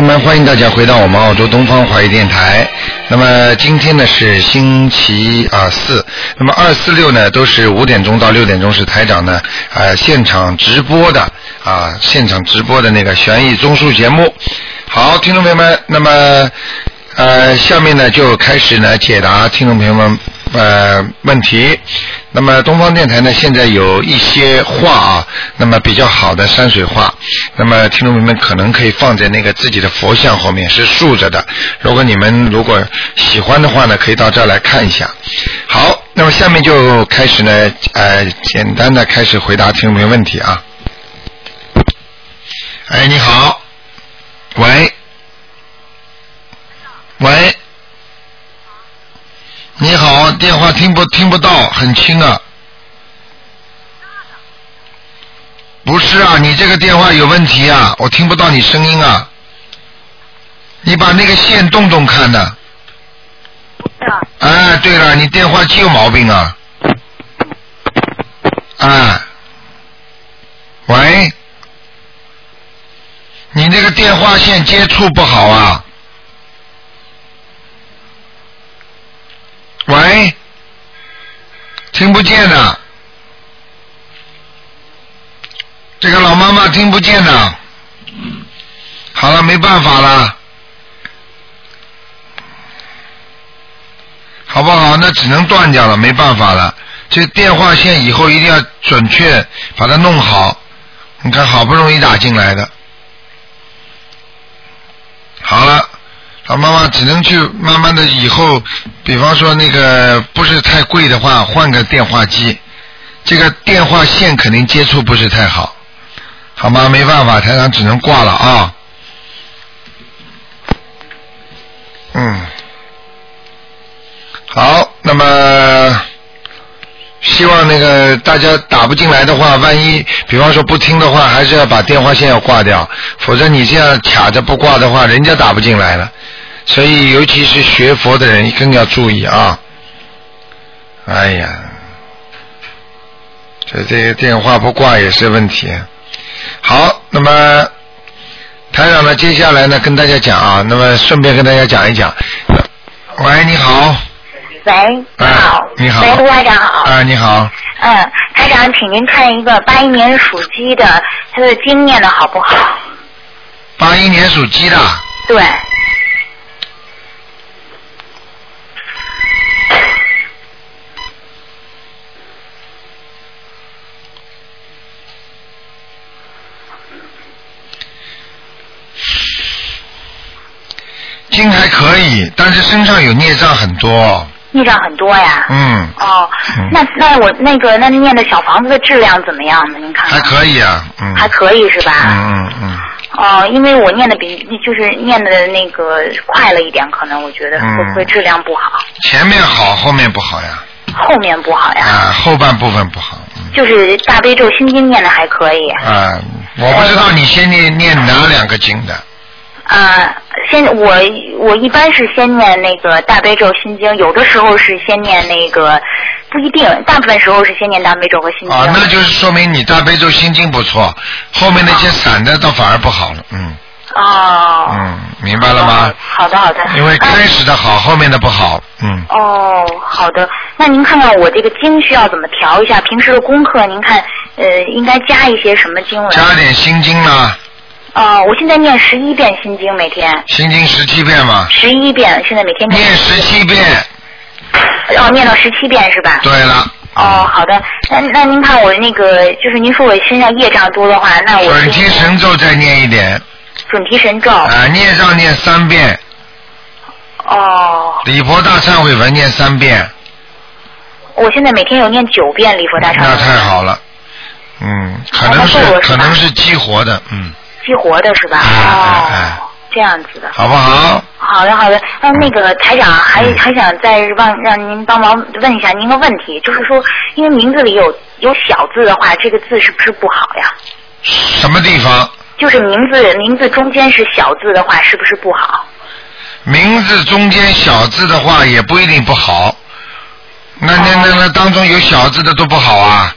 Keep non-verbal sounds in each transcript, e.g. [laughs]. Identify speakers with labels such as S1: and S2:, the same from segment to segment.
S1: 们，欢迎大家回到我们澳洲东方华语电台。那么今天呢是星期啊四，那么二四六呢都是五点钟到六点钟是台长呢呃现场直播的啊现场直播的那个悬疑综述节目。好，听众朋友们，那么呃下面呢就开始呢解答听众朋友们呃问题。那么东方电台呢，现在有一些话啊，那么比较好的山水画，那么听众朋友们可能可以放在那个自己的佛像后面，是竖着的。如果你们如果喜欢的话呢，可以到这儿来看一下。好，那么下面就开始呢，呃，简单的开始回答听众朋友问题啊。哎，你好，喂，喂。你好，电话听不听不到，很轻啊。不是啊，你这个电话有问题啊，我听不到你声音啊。你把那个线动动看呢、
S2: 啊
S1: 哎，对了，你电话机有毛病啊。哎，喂，你那个电话线接触不好啊。喂，听不见啊的，这个老妈妈听不见的。好了，没办法了，好不好？那只能断掉了，没办法了。这电话线以后一定要准确把它弄好。你看，好不容易打进来的，好了。老妈妈只能去慢慢的以后，比方说那个不是太贵的话，换个电话机，这个电话线肯定接触不是太好，好吗？没办法，台长只能挂了啊。嗯，好，那么希望那个大家打不进来的话，万一比方说不听的话，还是要把电话线要挂掉，否则你这样卡着不挂的话，人家打不进来了。所以，尤其是学佛的人更要注意啊！哎呀，这这个电话不挂也是问题。好，那么台长呢，接下来呢，跟大家讲啊，那么顺便跟大家讲一讲。喂，你好，
S2: 喂，你好
S1: 啊，，你好，
S2: 喂，卢台长好，
S1: 啊，你好，
S2: 嗯，台长，请您看一个八一年属鸡的，他的经念的好不好？
S1: 八一年属鸡的，
S2: 对，
S1: 经还可以，但是身上有孽障很多，
S2: 孽障很多呀。
S1: 嗯，
S2: 哦
S1: 嗯，
S2: 那那我那个那念的小房子的质量怎么样呢？您看
S1: 还
S2: 看
S1: 可以啊，嗯，
S2: 还可以是啊吧？
S1: 嗯嗯嗯，
S2: 哦，因为我念的比就是念的那个快了一点，可能我觉得
S1: 嗯
S2: 会不会质量不好，
S1: 前面好，后面不好呀，
S2: 后面不好哎呀？
S1: 啊，后半部分不好，嗯。
S2: 就是大悲咒心经念的还可以。
S1: 啊、我不知道你先念念哪两个经的
S2: 啊，先我我一般是先念那个大悲咒心经，有的时候是先念那个，不一定，大部分时候是先念大悲咒和心经。
S1: 啊，那就是说明你大悲咒心经不错，后面
S2: 啊
S1: 那些散的倒反而不好了，嗯
S2: 哦。啊
S1: 嗯，明白了吗？嗯
S2: 好的好的。
S1: 因为
S2: 哎
S1: 开始的好，后面的不好，嗯，
S2: 哦，好的。那您看看我这个经需要怎么调一下？平时的功课，您看，呃，应该加一些什么经文？
S1: 加点心经啦，
S2: 呃，我现在念十一遍心经，每天
S1: 心经十七遍嘛，
S2: 十一遍，现在每天
S1: 念十七遍，
S2: 哦，念到十七遍是吧？
S1: 对了，
S2: 哦，好的，那那您看我那个，就是您说我身上业障多的话，那我
S1: 准
S2: 就
S1: 提神咒再念一点，
S2: 准提神咒，
S1: 啊，念上念三遍，
S2: 哦，
S1: 礼佛大忏悔文念三遍，
S2: 我现在每天有念九遍礼佛大忏
S1: 那太
S2: 悔，
S1: 好了，嗯，可能是
S2: 那够了是
S1: 可
S2: 吧
S1: 能是激活的，嗯。
S2: 激活的是吧？
S1: 哎哎哎
S2: 哦，这样子的。
S1: 好不好？
S2: 好的，好的。那那个台长还
S1: 嗯
S2: 还想再让让您帮忙问一下您个问题，就是说，因为名字里有有小字的话，这个字是不是不好呀？
S1: 什么地方？
S2: 就是名字名字中间是小字的话，是不是不好？
S1: 名字中间小字的话，也不一
S2: 哦
S1: 定不好。那那那那当中有小字的都不好啊！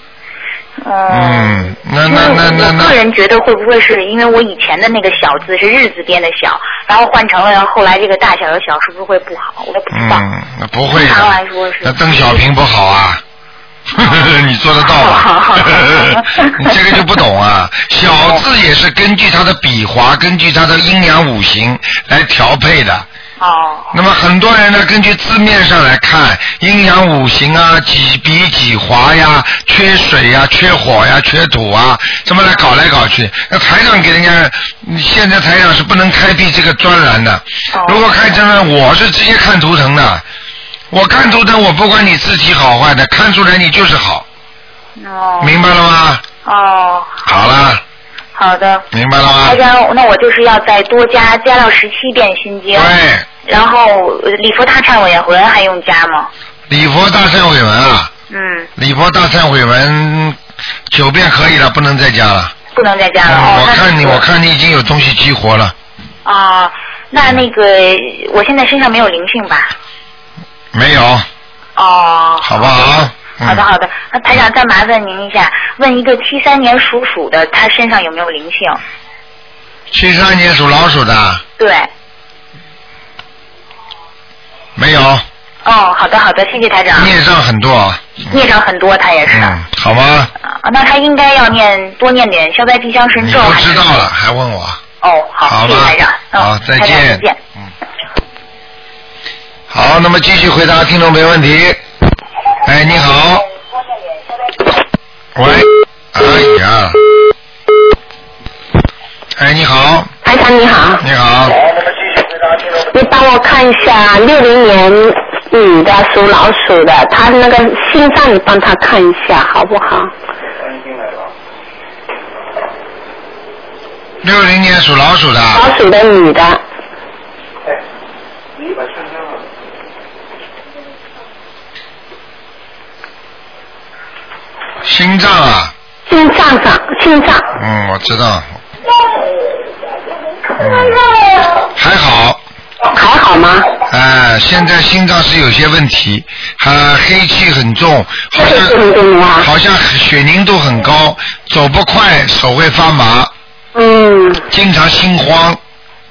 S2: 哦
S1: 嗯，那
S2: 因为
S1: 那那那
S2: 我
S1: 那，
S2: 个人觉得会不会是因为我以前的那个小字是日字边的小，然后换成了后来这个大小的小，是不是会不好？我也不知道。
S1: 嗯，那不会
S2: 正常来
S1: 的
S2: 说是。哦
S1: 那邓小平不好啊。 [laughs] 你做得到
S2: 好好
S1: 吗
S2: 好？
S1: [laughs] 你这个就不懂啊！小字也是根据它的笔划，根据它的阴阳五行来调配的。
S2: 哦，
S1: 那么很多人呢，根据字面上来看，阴阳五行啊，几笔几划呀，缺水呀，缺火呀，缺土啊，这么来搞来搞去。那台长给人家，嗯现在台长是不能开辟这个专栏的。
S2: 哦
S1: 如果开专栏，我是直接看图腾的。我看图腾，我不管你字体好坏的，看出来你就是好，
S2: 哦，
S1: 明白了吗？
S2: 哦，
S1: 好了，
S2: 好的。
S1: 明白了吗
S2: 大？家，那我就是要再多加加到十七遍心经，
S1: 对，
S2: 然后呃礼佛大忏悔文还用加吗？
S1: 礼佛大忏悔文啊，
S2: 嗯，
S1: 礼佛大忏悔文九遍可以了，不能再加了。
S2: 不能再加了。
S1: 嗯
S2: 哦，
S1: 我
S2: 那
S1: 看你，
S2: 不
S1: 我看你已经有东西激活了，
S2: 啊、那那个我现在身上没有灵性吧？
S1: 没有？
S2: 哦，
S1: 好不好？嗯、
S2: 好的好的，那台长再麻烦您一下，问一个七三年属鼠的，他身上有没有灵性？
S1: 七三年属老鼠的，
S2: 对，
S1: 没有，
S2: 哦，好的好的，谢谢台长。
S1: 孽障很多啊。
S2: 孽障很多，他也是。
S1: 嗯，好吗？
S2: 啊，那他应该要念多念点消灾吉祥神
S1: 你
S2: 咒
S1: 都
S2: 还是？
S1: 知道了，还问我？
S2: 哦，好，
S1: 好
S2: 谢
S1: 吧
S2: 谢台长。嗯
S1: 好再
S2: 台长
S1: 见嗯
S2: 再见。
S1: 好，那么继续回答听众没问题。哎，你好。喂。哎呀。哎，你好，
S3: 台长你好，
S1: 你好，
S3: 你帮我看一下六零年女的属老鼠的，她那个心脏你帮她看一下好不好？
S1: 六零年属老鼠的。
S3: 老鼠的女的，
S1: 心脏啊，
S3: 心脏上心脏
S1: 嗯，我知道。嗯，还好，
S3: 还好吗？
S1: 呃，现在心脏是有些问题，啊，黑气很重，好
S3: 这是
S1: 像
S3: 很重要啊。
S1: 好像血凝度很高，走不快，手会发麻，
S3: 嗯
S1: 经常心慌，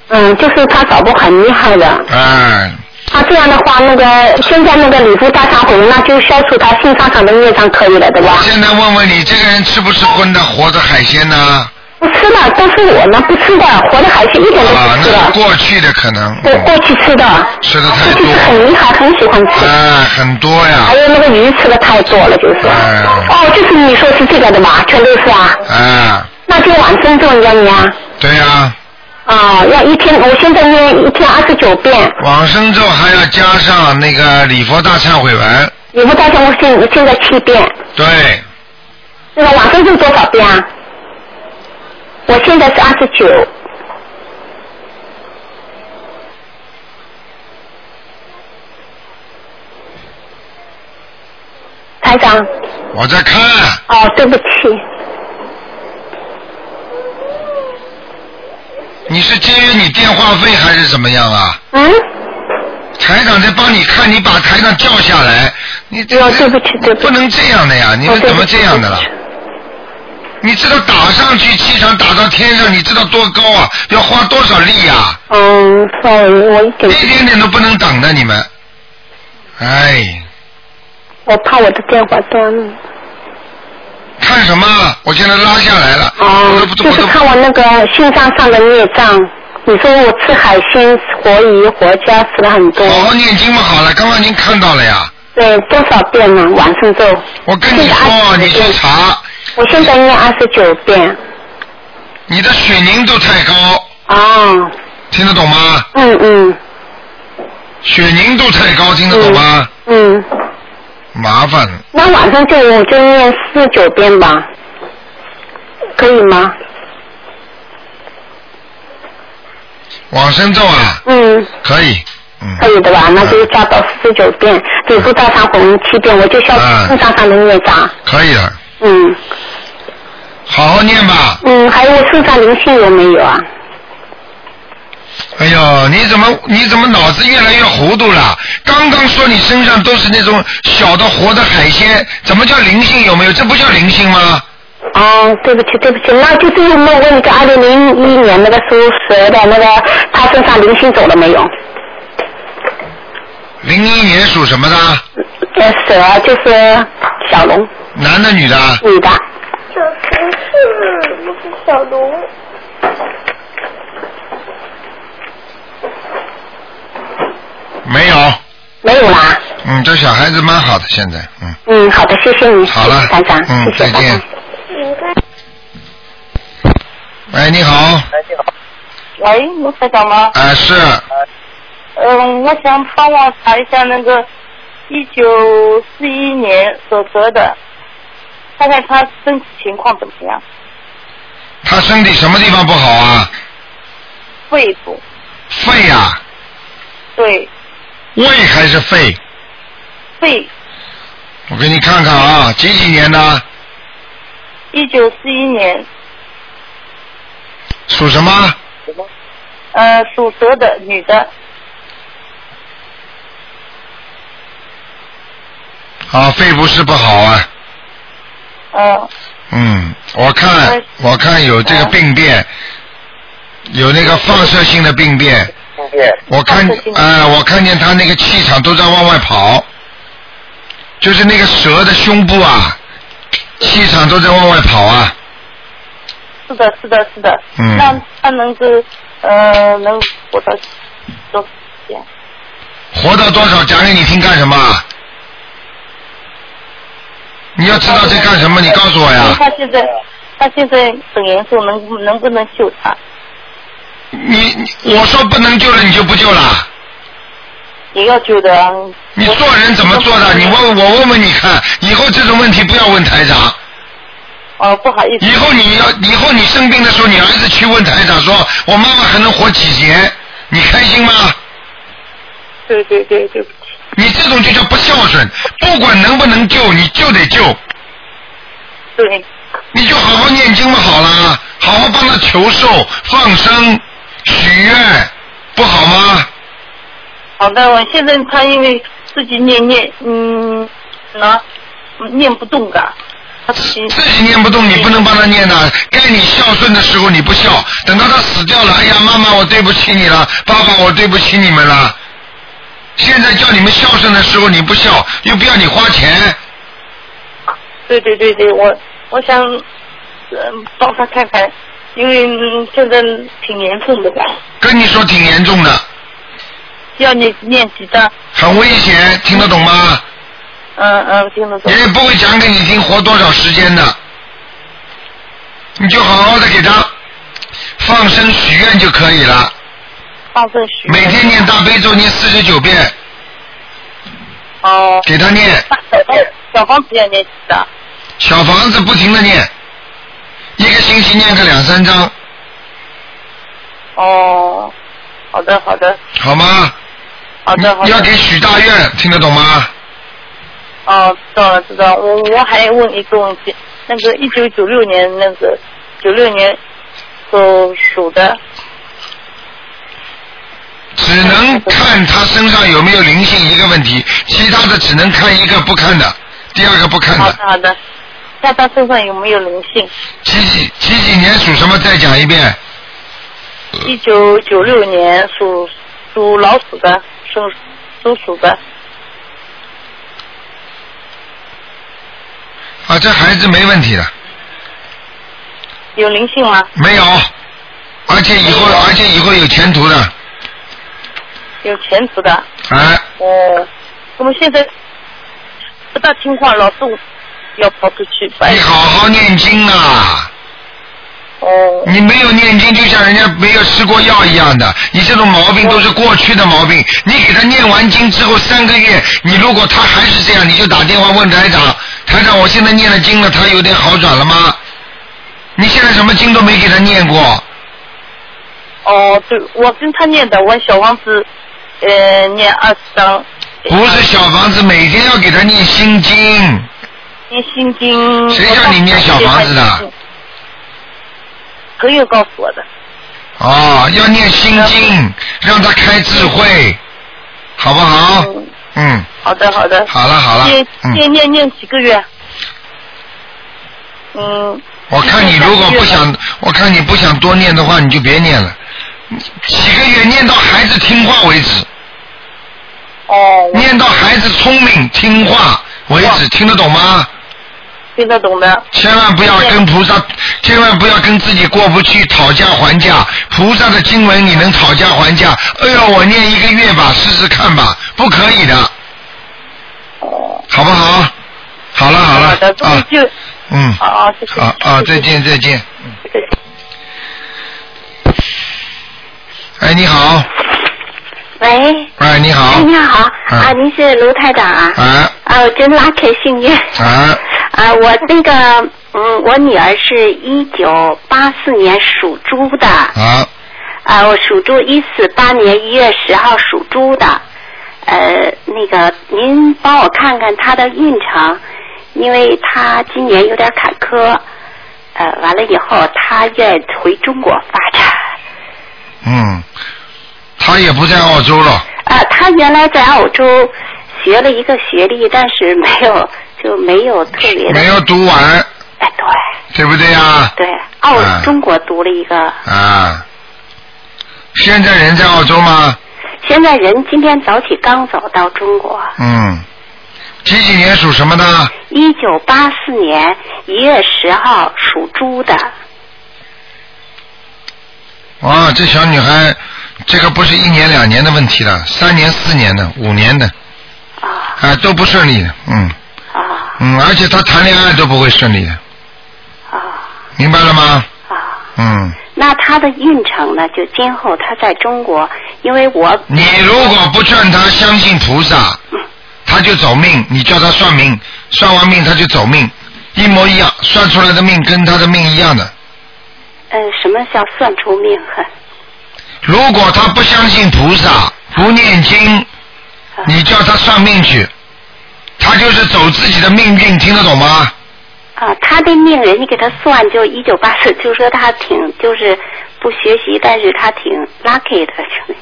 S3: 嗯，就是她找不很厉害的。
S1: 哎、
S3: 她这样的话，那个现在那个礼服大忏悔，那就消除她心脏上的孽障可以了，对吧？
S1: 现在问问你，这个人吃不吃荤的活的海鲜呢？
S3: 不吃的都是我们不吃的，活的海鲜一点都
S1: 啊，
S3: 不
S1: 那
S3: 吃
S1: 是
S3: 的。
S1: 过去的可能，嗯
S3: 我过去吃的，
S1: 吃的太
S3: 过去
S1: 多
S3: 是很厉害，很喜欢吃。
S1: 哎、很多呀
S3: 还，有那个鱼吃的太多了，就是。
S1: 哎
S3: 哦，就是你说是这个的吧？全都是啊，
S1: 哎、
S3: 那就往生咒要念啊。
S1: 对呀、
S3: 哦，要一天，我现在念一天二十九遍，
S1: 往生咒还要加上那个礼佛大忏悔文，
S3: 你不大家我现现在七遍，
S1: 对，
S3: 那个往生咒多少遍啊？我现在是二十九，台长，
S1: 我在看，啊
S3: 哦，对不起，
S1: 你是节约你电话费还是怎么样啊？
S3: 嗯，
S1: 台长在帮你看，你把台长叫下来，你这
S3: 哦对不起对不起
S1: 不能这样的呀，你
S3: 哦
S1: 们
S3: 对
S1: 怎
S3: 不
S1: 么
S3: 起
S1: 这样的
S3: 对
S1: 了
S3: 不起？
S1: 你知道打上去气场打到天上，你知道多高啊？要花多少力呀、啊
S3: 嗯，sorry，我一点
S1: 一点点都不能等的你们，哎，
S3: 我怕我的电话断了。
S1: 看什么？我现在拉下来了，我都
S3: 哦
S1: 不，
S3: 就
S1: 我
S3: 是
S1: 都
S3: 看我那个心脏上的孽障。你说我吃海鲜、活鱼、活虾吃了很多，
S1: 好好念经嘛好了，刚刚您看到了呀。
S3: 对，多少遍呢？晚上咒。
S1: 我跟你
S3: 现在
S1: 说，
S3: 29
S1: 你去
S3: 遍。
S1: 查，
S3: 我现在念二十九遍。
S1: 你的血凝度太高，
S3: 哦，
S1: 听得懂吗？
S3: 嗯嗯
S1: 血凝度太高，听得懂吗？
S3: 嗯，
S1: 麻烦，
S3: 那晚上就我就念四十九遍吧，可以吗？
S1: 往生咒啊，
S3: 嗯，
S1: 可以，嗯，
S3: 可以的吧？那就加到四十九遍，每部大上红七遍，我就消
S1: 嗯
S3: 心脏上的孽障。
S1: 可以了，
S3: 嗯
S1: 好好念吧。
S3: 嗯，还有我身上灵性有没有啊？
S1: 哎呦，你怎么你怎么脑子越来越糊涂了？刚刚说你身上都是那种小的活的海鲜，怎么叫灵性？有没有？这不叫灵性吗？
S4: 哦，对不起，对不起，那就是有没有问一个二零零一年那个属蛇的那个，他身上灵性走了没有？
S1: 零一年属什么的？
S4: 呃，蛇就是小龙，
S1: 男的女的？
S4: 女的，
S5: 小同事不是小龙，
S1: 没有。
S4: 没有啦。
S1: 嗯，这小孩子蛮好的，现在嗯。
S4: 嗯，好的，谢谢你，
S1: 好了
S4: 谢谢台长，
S1: 嗯
S4: 谢谢
S1: 再见
S4: 拜拜
S5: 应该
S1: 喂，你好，
S6: 喂，卢台长吗？
S1: 啊是
S6: 嗯，我想帮我查一下那个一九四一年所得的，看看他身体情况怎么样，
S1: 他身体什么地方不好啊？
S6: 肺部
S1: 肺啊，
S6: 对
S1: 胃还是肺？
S6: 肺，
S1: 我给你看看啊，几几年的？
S6: 一九四一年，
S1: 属什么？
S6: 呃，属蛇的女的，
S1: 啊，肺不是不好啊。
S6: 嗯
S1: 嗯，我
S4: 呃
S1: 看我看有这个病变，有那个放射性的病变。我看
S6: 放射性的
S1: 啊、我看见他那个气场都在往外跑，就是那个蛇的胸部啊，气场都在往外跑啊。
S6: 是的，是的，是的，
S1: 嗯
S6: 让他能够呃能活到多少时间？
S1: 活到多少讲给你听干什么？啊你要知道这干什么，你告诉我
S6: 因为
S1: 呀。
S6: 他现在他现在很严重，能能不能救他？
S1: 你你我说不能救了，你就不救了？
S6: 也要救的啊。
S1: 你做人怎么做的？你问我问问你看，以后这种问题不要问台长。
S6: 哦，不好意思
S1: 以，后你要，以后你生病的时候，你儿子去问台长说，我妈妈还能活几年？你开心吗？
S6: 对对对，对不起。
S1: 你这种就叫不孝顺，不管能不能救，你就得救，
S6: 对，
S1: 你就好好念经嘛，好了，好好帮他求寿、放生、许愿，不好吗？
S6: 好的，我现在他因为自己念念，嗯，呢，念不动的，他自己
S1: 自己念不动，你不能帮他念的。该你孝顺的时候你不孝，等到他死掉了，哎呀，妈妈，我对不起你了，爸爸，我对不起你们了。现在叫你们孝顺的时候你不孝，又不要你花钱，
S6: 对对对对，我我想，嗯，帮他看看，因为、嗯现在挺严重的吧，
S1: 跟你说挺严重的，
S6: 要你念几张？
S1: 很危险，听得懂吗？
S6: 嗯嗯，听得懂
S1: 也。不会讲给你听活多少时间的，你就好好的给他放生许愿就可以了，
S6: 放生许
S1: 每天念大悲咒念四十九遍，
S6: 哦，
S1: 给他念。
S6: 那小房小房子要念几张？
S1: 小房子不停的念，一个星期念个两三章，
S6: 哦，好的好的
S1: 好吗？
S6: 好的好
S1: 你要
S6: 的。
S1: 给许大愿，听得懂吗？
S6: 哦，知道了知道了。我我还问一个问题，那个一九九六年那个九六年所属的，
S1: 只能看他身上有没有灵性一个问题，其他的只能看一个不看的，第二个不看
S6: 好
S1: 的
S6: 的。好
S1: [laughs]
S6: 的，看他身上有没有灵性？
S1: 几几几几年属什么？再讲一遍。
S6: 一九九六年属属老鼠的，属属鼠的，
S1: 啊，这孩子没问题的，
S6: 有灵性吗？
S1: 没有，而且以后而且以后有前途的，
S6: 有前途的。
S1: 哎，
S6: 哦，我们现在不大听话，老是要跑出去。
S1: 你好好念经啊。
S6: 哦，
S1: 你没有念经，就像人家没有吃过药一样的。你这种毛病都是过去的毛病。你给他念完经之后三个月，你如果他还是这样，你就打电话问台长，台长，我现在念了经了，他有点好转了吗？你现在什么经都没给他念过，
S6: 哦，对，我跟他念的，我小王子，呃，念二十章。
S1: 不是小房子，每天要给他念心经。
S6: 念心经。
S1: 谁叫你念小房子的？
S6: 朋友告诉我的。
S1: 哦，要念心经，让他开智慧，好不好？
S6: 嗯，
S1: 嗯，
S6: 好的好的。
S1: 好了好了
S6: 念，
S1: 嗯，
S6: 念念念几个月？嗯，
S1: 我看你如果不想，我看你不想多念的话，你就别念了，几个月念到孩子听话为止，
S6: 哦，我
S1: 念到孩子聪明听话为止，听得懂吗？
S6: 听得懂的。
S1: 千万不要跟菩萨，千万不要跟自己过不去讨价还价。菩萨的经文你能讨价还价？哎呦，我念一个月吧，试试看吧，不可以的，
S7: 哦
S1: 好不好？好了好了
S6: 好的，终于
S1: 啊，
S6: 就
S1: 嗯，
S6: 啊啊，谢谢
S1: 啊啊，再见再见。
S6: 谢谢
S1: 哎，你好，
S8: 喂，
S1: 哎，你
S8: 哎，
S1: 好，
S8: 你好，
S1: 嗯
S8: 啊，您是卢台长啊？
S1: 哎
S8: 啊，我真 lucky 幸运。
S1: 哎，
S8: 啊，我那个，嗯，我女儿是一九八四年属猪的，
S1: 好，
S8: 啊，我属猪一四八年一月十号属猪的，呃，那个您帮我看看她的运程，因为她今年有点坎坷，呃，完了以后她愿回中国发展。
S1: 嗯，他也不在澳洲了，
S8: 啊，他原来在澳洲学了一个学历，但是没
S7: [laughs]
S8: 有就没有特别的
S1: 没，有读完，
S8: 哎，对
S1: 对不对呀？
S8: 对，澳、
S1: 啊
S8: 中国读了一个，
S1: 啊，现在人在澳洲吗？
S8: 现在人今天早起刚走到中国，
S1: 嗯，几几年属什么的？
S8: 一九八四年一月十号属猪的，
S1: 哇，这小女孩，这个不是一年两年的问题了，三年、四年的、五年的，
S8: 啊
S1: 啊，都不顺利的，嗯
S8: 啊
S1: 嗯，而且她谈恋爱都不会顺利的，
S8: 啊
S1: 明白了吗？
S8: 啊，
S1: 嗯，
S8: 那他的运程呢？就今后他在中国，因为我
S1: 你如果不劝她相信菩萨，她就走命，你叫她算命，算完命她就走命，一模一样，算出来的命跟她的命一样的。
S8: 嗯、什么叫算出命很？
S1: 如果她不相信菩萨，不念经，
S8: 啊
S1: 你叫他算命去，他就是走自己的命运，听得懂吗？
S8: 啊，他的命人家给他算，就一九八四，就说他挺就是不学习，但是他挺 lucky 的。就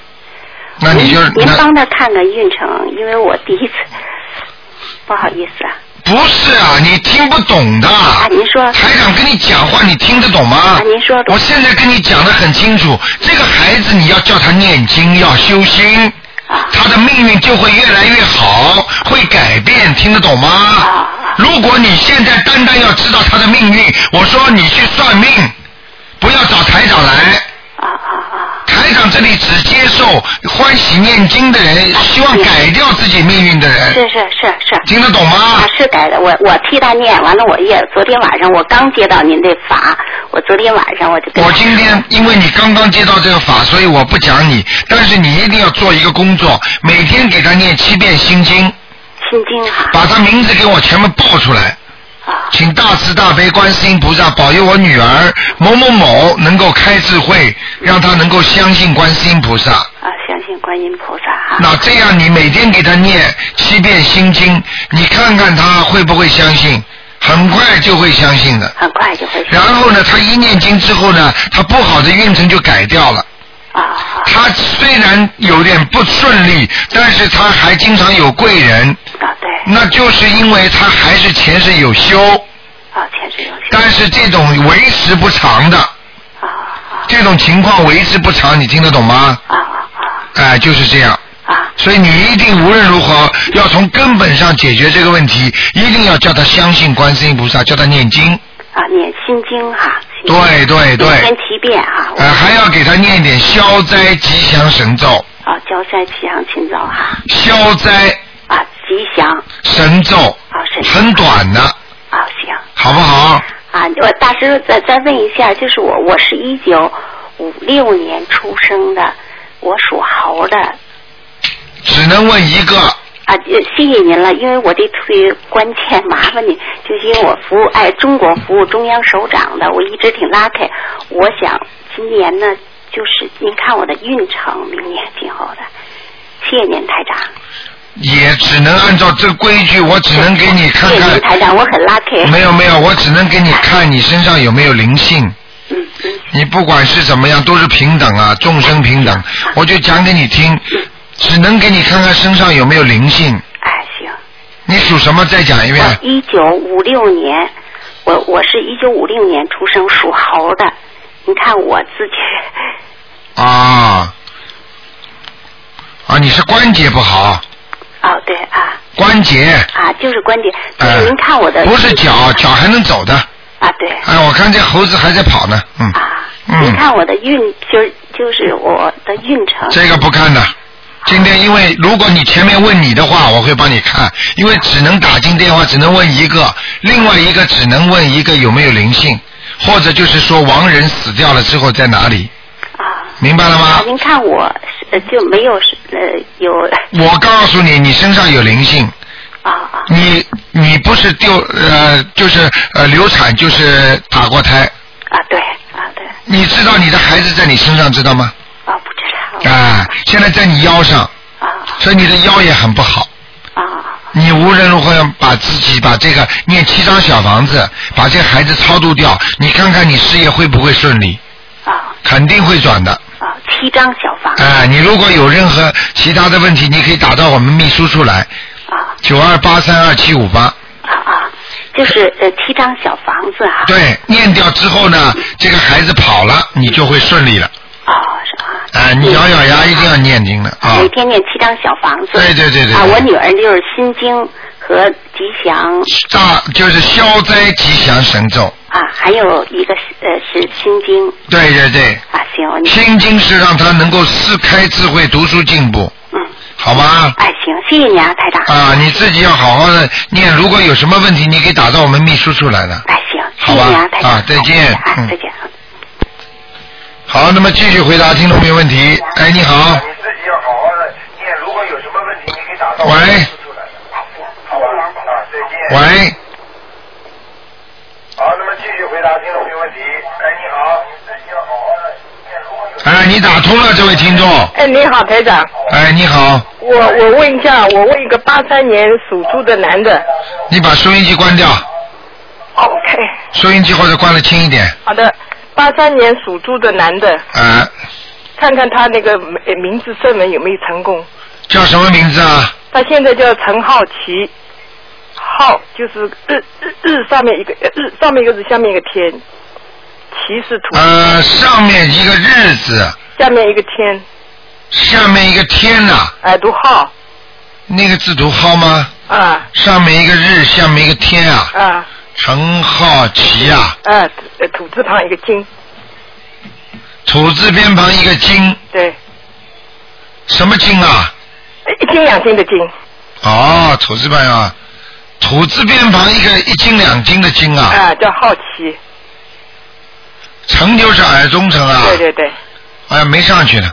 S1: 那你就
S8: 您
S1: 那
S8: 帮他看看运程，因为我第一次，不好意思啊。
S1: 不是啊，你听不懂的。
S8: 啊，您说
S1: 台长跟你讲话，你听得懂吗
S8: 啊？您说
S1: 我现在跟你讲的很清楚，这个孩子你要叫他念经，要修心，
S8: 啊
S1: 他的命运就会越来越好，会改变，听得懂吗？
S8: 啊
S1: 如果你现在单单要知道他的命运，我说你去算命，不要找台长来。
S8: 啊啊
S1: 台长这里只接受欢喜念经的人，希望改掉自己命运的
S8: 啊！
S1: 人，
S8: 是是是是。
S1: 听得懂
S8: 啊
S1: 吗？，
S8: 是改的，我我替他念完了，我也昨天晚上我刚接到您的法，我昨天晚上我就跟
S1: 我今天因为你刚刚接到这个法，所以我不讲你，但是你一定要做一个工作，每天给他念七遍心经，
S8: 心经哈
S1: 把他名字给我全部报出来，
S8: 啊
S1: 请大慈大悲观世音菩萨保佑我女儿某某某能够开智慧，让她能够相信观世音菩萨。
S8: 啊，相信观音菩萨哈
S1: 那这样你每天给他念七遍心经，你看看他会不会相信？很快就会相信的。
S8: 很快就会
S1: 然后呢，他一念经之后呢，他不好的运程就改掉了。
S8: 啊啊
S1: 他虽然有点不顺利，但是他还经常有贵人，
S8: 啊对。
S1: 那就是因为他还是前世有修，
S8: 啊，前世有情
S1: 但是这种维持不长的
S8: 啊啊
S1: 这种情况维持不长，你听得懂吗？
S8: 啊啊
S1: 哎、就是这样。
S8: 啊
S1: 所以你一定无论如何要从根本上解决这个问题，一定要叫他相信观世音菩萨，叫他念经，
S8: 啊！念心经哈，心经
S1: 对对对
S8: 一天七遍哈，
S1: 呃，还要给他念一点消灾吉祥神咒、
S8: 啊，消灾吉祥清早哈，
S1: 消灾
S8: 啊，吉祥
S1: 神咒，
S8: 啊，神
S1: 很短的，
S8: 啊，行
S1: 好不好？
S8: 啊，我大师再再问一下，就是我我是一九五六年出生的，我属猴的
S1: 只能问一个，
S8: 啊，呃谢谢您了，因为我这特别关键，麻烦你，就是因为我服务哎中国服务中央首长的，我一直挺 lucky。我想今年呢，就是您看我的运程，明年今后的，谢谢您台长，
S1: 也只能按照这规矩，我只能给你看
S8: 谢谢您台
S1: 看。
S8: 长，我很 lucky。
S1: 没有没有，我只能给你看你身上有没有灵性。
S8: 嗯嗯，
S1: 你不管是怎么样，都是平等啊，众生平等。我就讲给你听，只能给你看看身上有没有灵性。
S8: 哎行，
S1: 你属什么？再讲一遍
S8: 我。一九五六年我我是一九五六年出生，属猴的。你看我自己， [laughs]
S1: 啊啊，你是关节不好，
S8: 哦对啊
S1: 关节，
S8: 啊，就是关节，就是
S1: 呃
S8: 您看我的、
S1: 不是脚，脚还能走的。
S8: 啊对
S1: 哎，我看这猴子还在跑呢，嗯，
S8: 啊，
S1: 嗯
S8: 您看我的运就是就是我的运程
S1: 这个不看的。今天因为如果你前面问你的话，我会帮你看，因为只能打进电话，只能问一个，另外一个只能问一个有没有灵性，或者就是说亡人死掉了之后在哪里，
S8: 啊。
S1: 明白了吗
S8: 啊，？您看我是呃就没有是呃有
S1: 我告诉你，你身上有灵性，
S8: 啊啊
S1: 你你不是丢呃就是呃流产就是打过胎，
S8: 啊对啊对
S1: 你知道你的孩子在你身上知道吗？
S8: 啊不知道
S1: 啊，现在在你腰上，
S8: 啊
S1: 所以你的腰也很不好。
S8: 啊啊
S1: 你无论如何要把自己把这个念七张小房子，把这孩子超度掉，你看看你事业会不会顺利？
S8: 啊
S1: 肯定会转的。
S8: 啊七张小房
S1: 哎、你如果有任何其他的问题，你可以打到我们秘书处来，
S8: 啊
S1: 九二八三二七五八。
S8: 啊啊就是呃七张小房子啊哈
S1: 对，念掉之后呢，这个孩子跑了，你就会顺利了。
S8: 哦是啊
S1: 哎、你咬咬牙一定要念经的啊
S8: 每！天念七张小房子
S1: 对对对对
S8: 啊我女儿就是心经和吉祥
S1: 大就是消灾吉祥神咒。
S8: 啊还有一个是呃是心经
S1: 对对对，
S8: 啊行我
S1: 心经是让他能够思开智慧、读书进步，
S8: 嗯
S1: 好吗？
S8: 哎行谢谢你啊台长
S1: 啊，你自己要好好的念，如果有什么问题，你可以打到我们秘书处来的。
S8: 哎行谢
S1: 好吧
S8: 谢你啊台长
S1: 啊再见
S8: 哎
S1: 嗯
S8: 再见啊。
S1: 好，那么继续回答听众朋友问题。哎，你好。喂。喂。哎，你打通了，这位听众。
S7: 哎，你好，台长，
S1: 哎，你好，
S7: 我我问一下，我问一个八三年属猪的男的。
S1: 你把收音机关掉，
S7: OK，
S1: 收音机或者关的轻一点。
S7: 好的，八三年属猪的男的，
S1: 啊，
S7: 看看他那个呃名字正文有没有成功。
S1: 叫什么名字啊？
S7: 他现在叫陈浩奇，浩就是日日日上面一个呃日上面一个日，下面一个天，奇是土，
S1: 呃，上面一个日字，
S7: 下面一个天，
S1: 下面一个天呐、
S7: 哎、读浩
S1: 那个字读浩吗？
S7: 啊
S1: 上面一个日，下面一个天啊，
S7: 啊
S1: 陈浩奇啊，
S7: 啊呃土字旁一个金，
S1: 土字边旁一个金，
S7: 对，
S1: 什么金啊？
S7: 一斤两斤的斤，
S1: 哦，土字边啊，土字边旁一个一斤两斤的斤啊，
S7: 啊叫浩奇，
S1: 成就是矮中成啊，
S7: 对对对，
S1: 哎，没上去呢，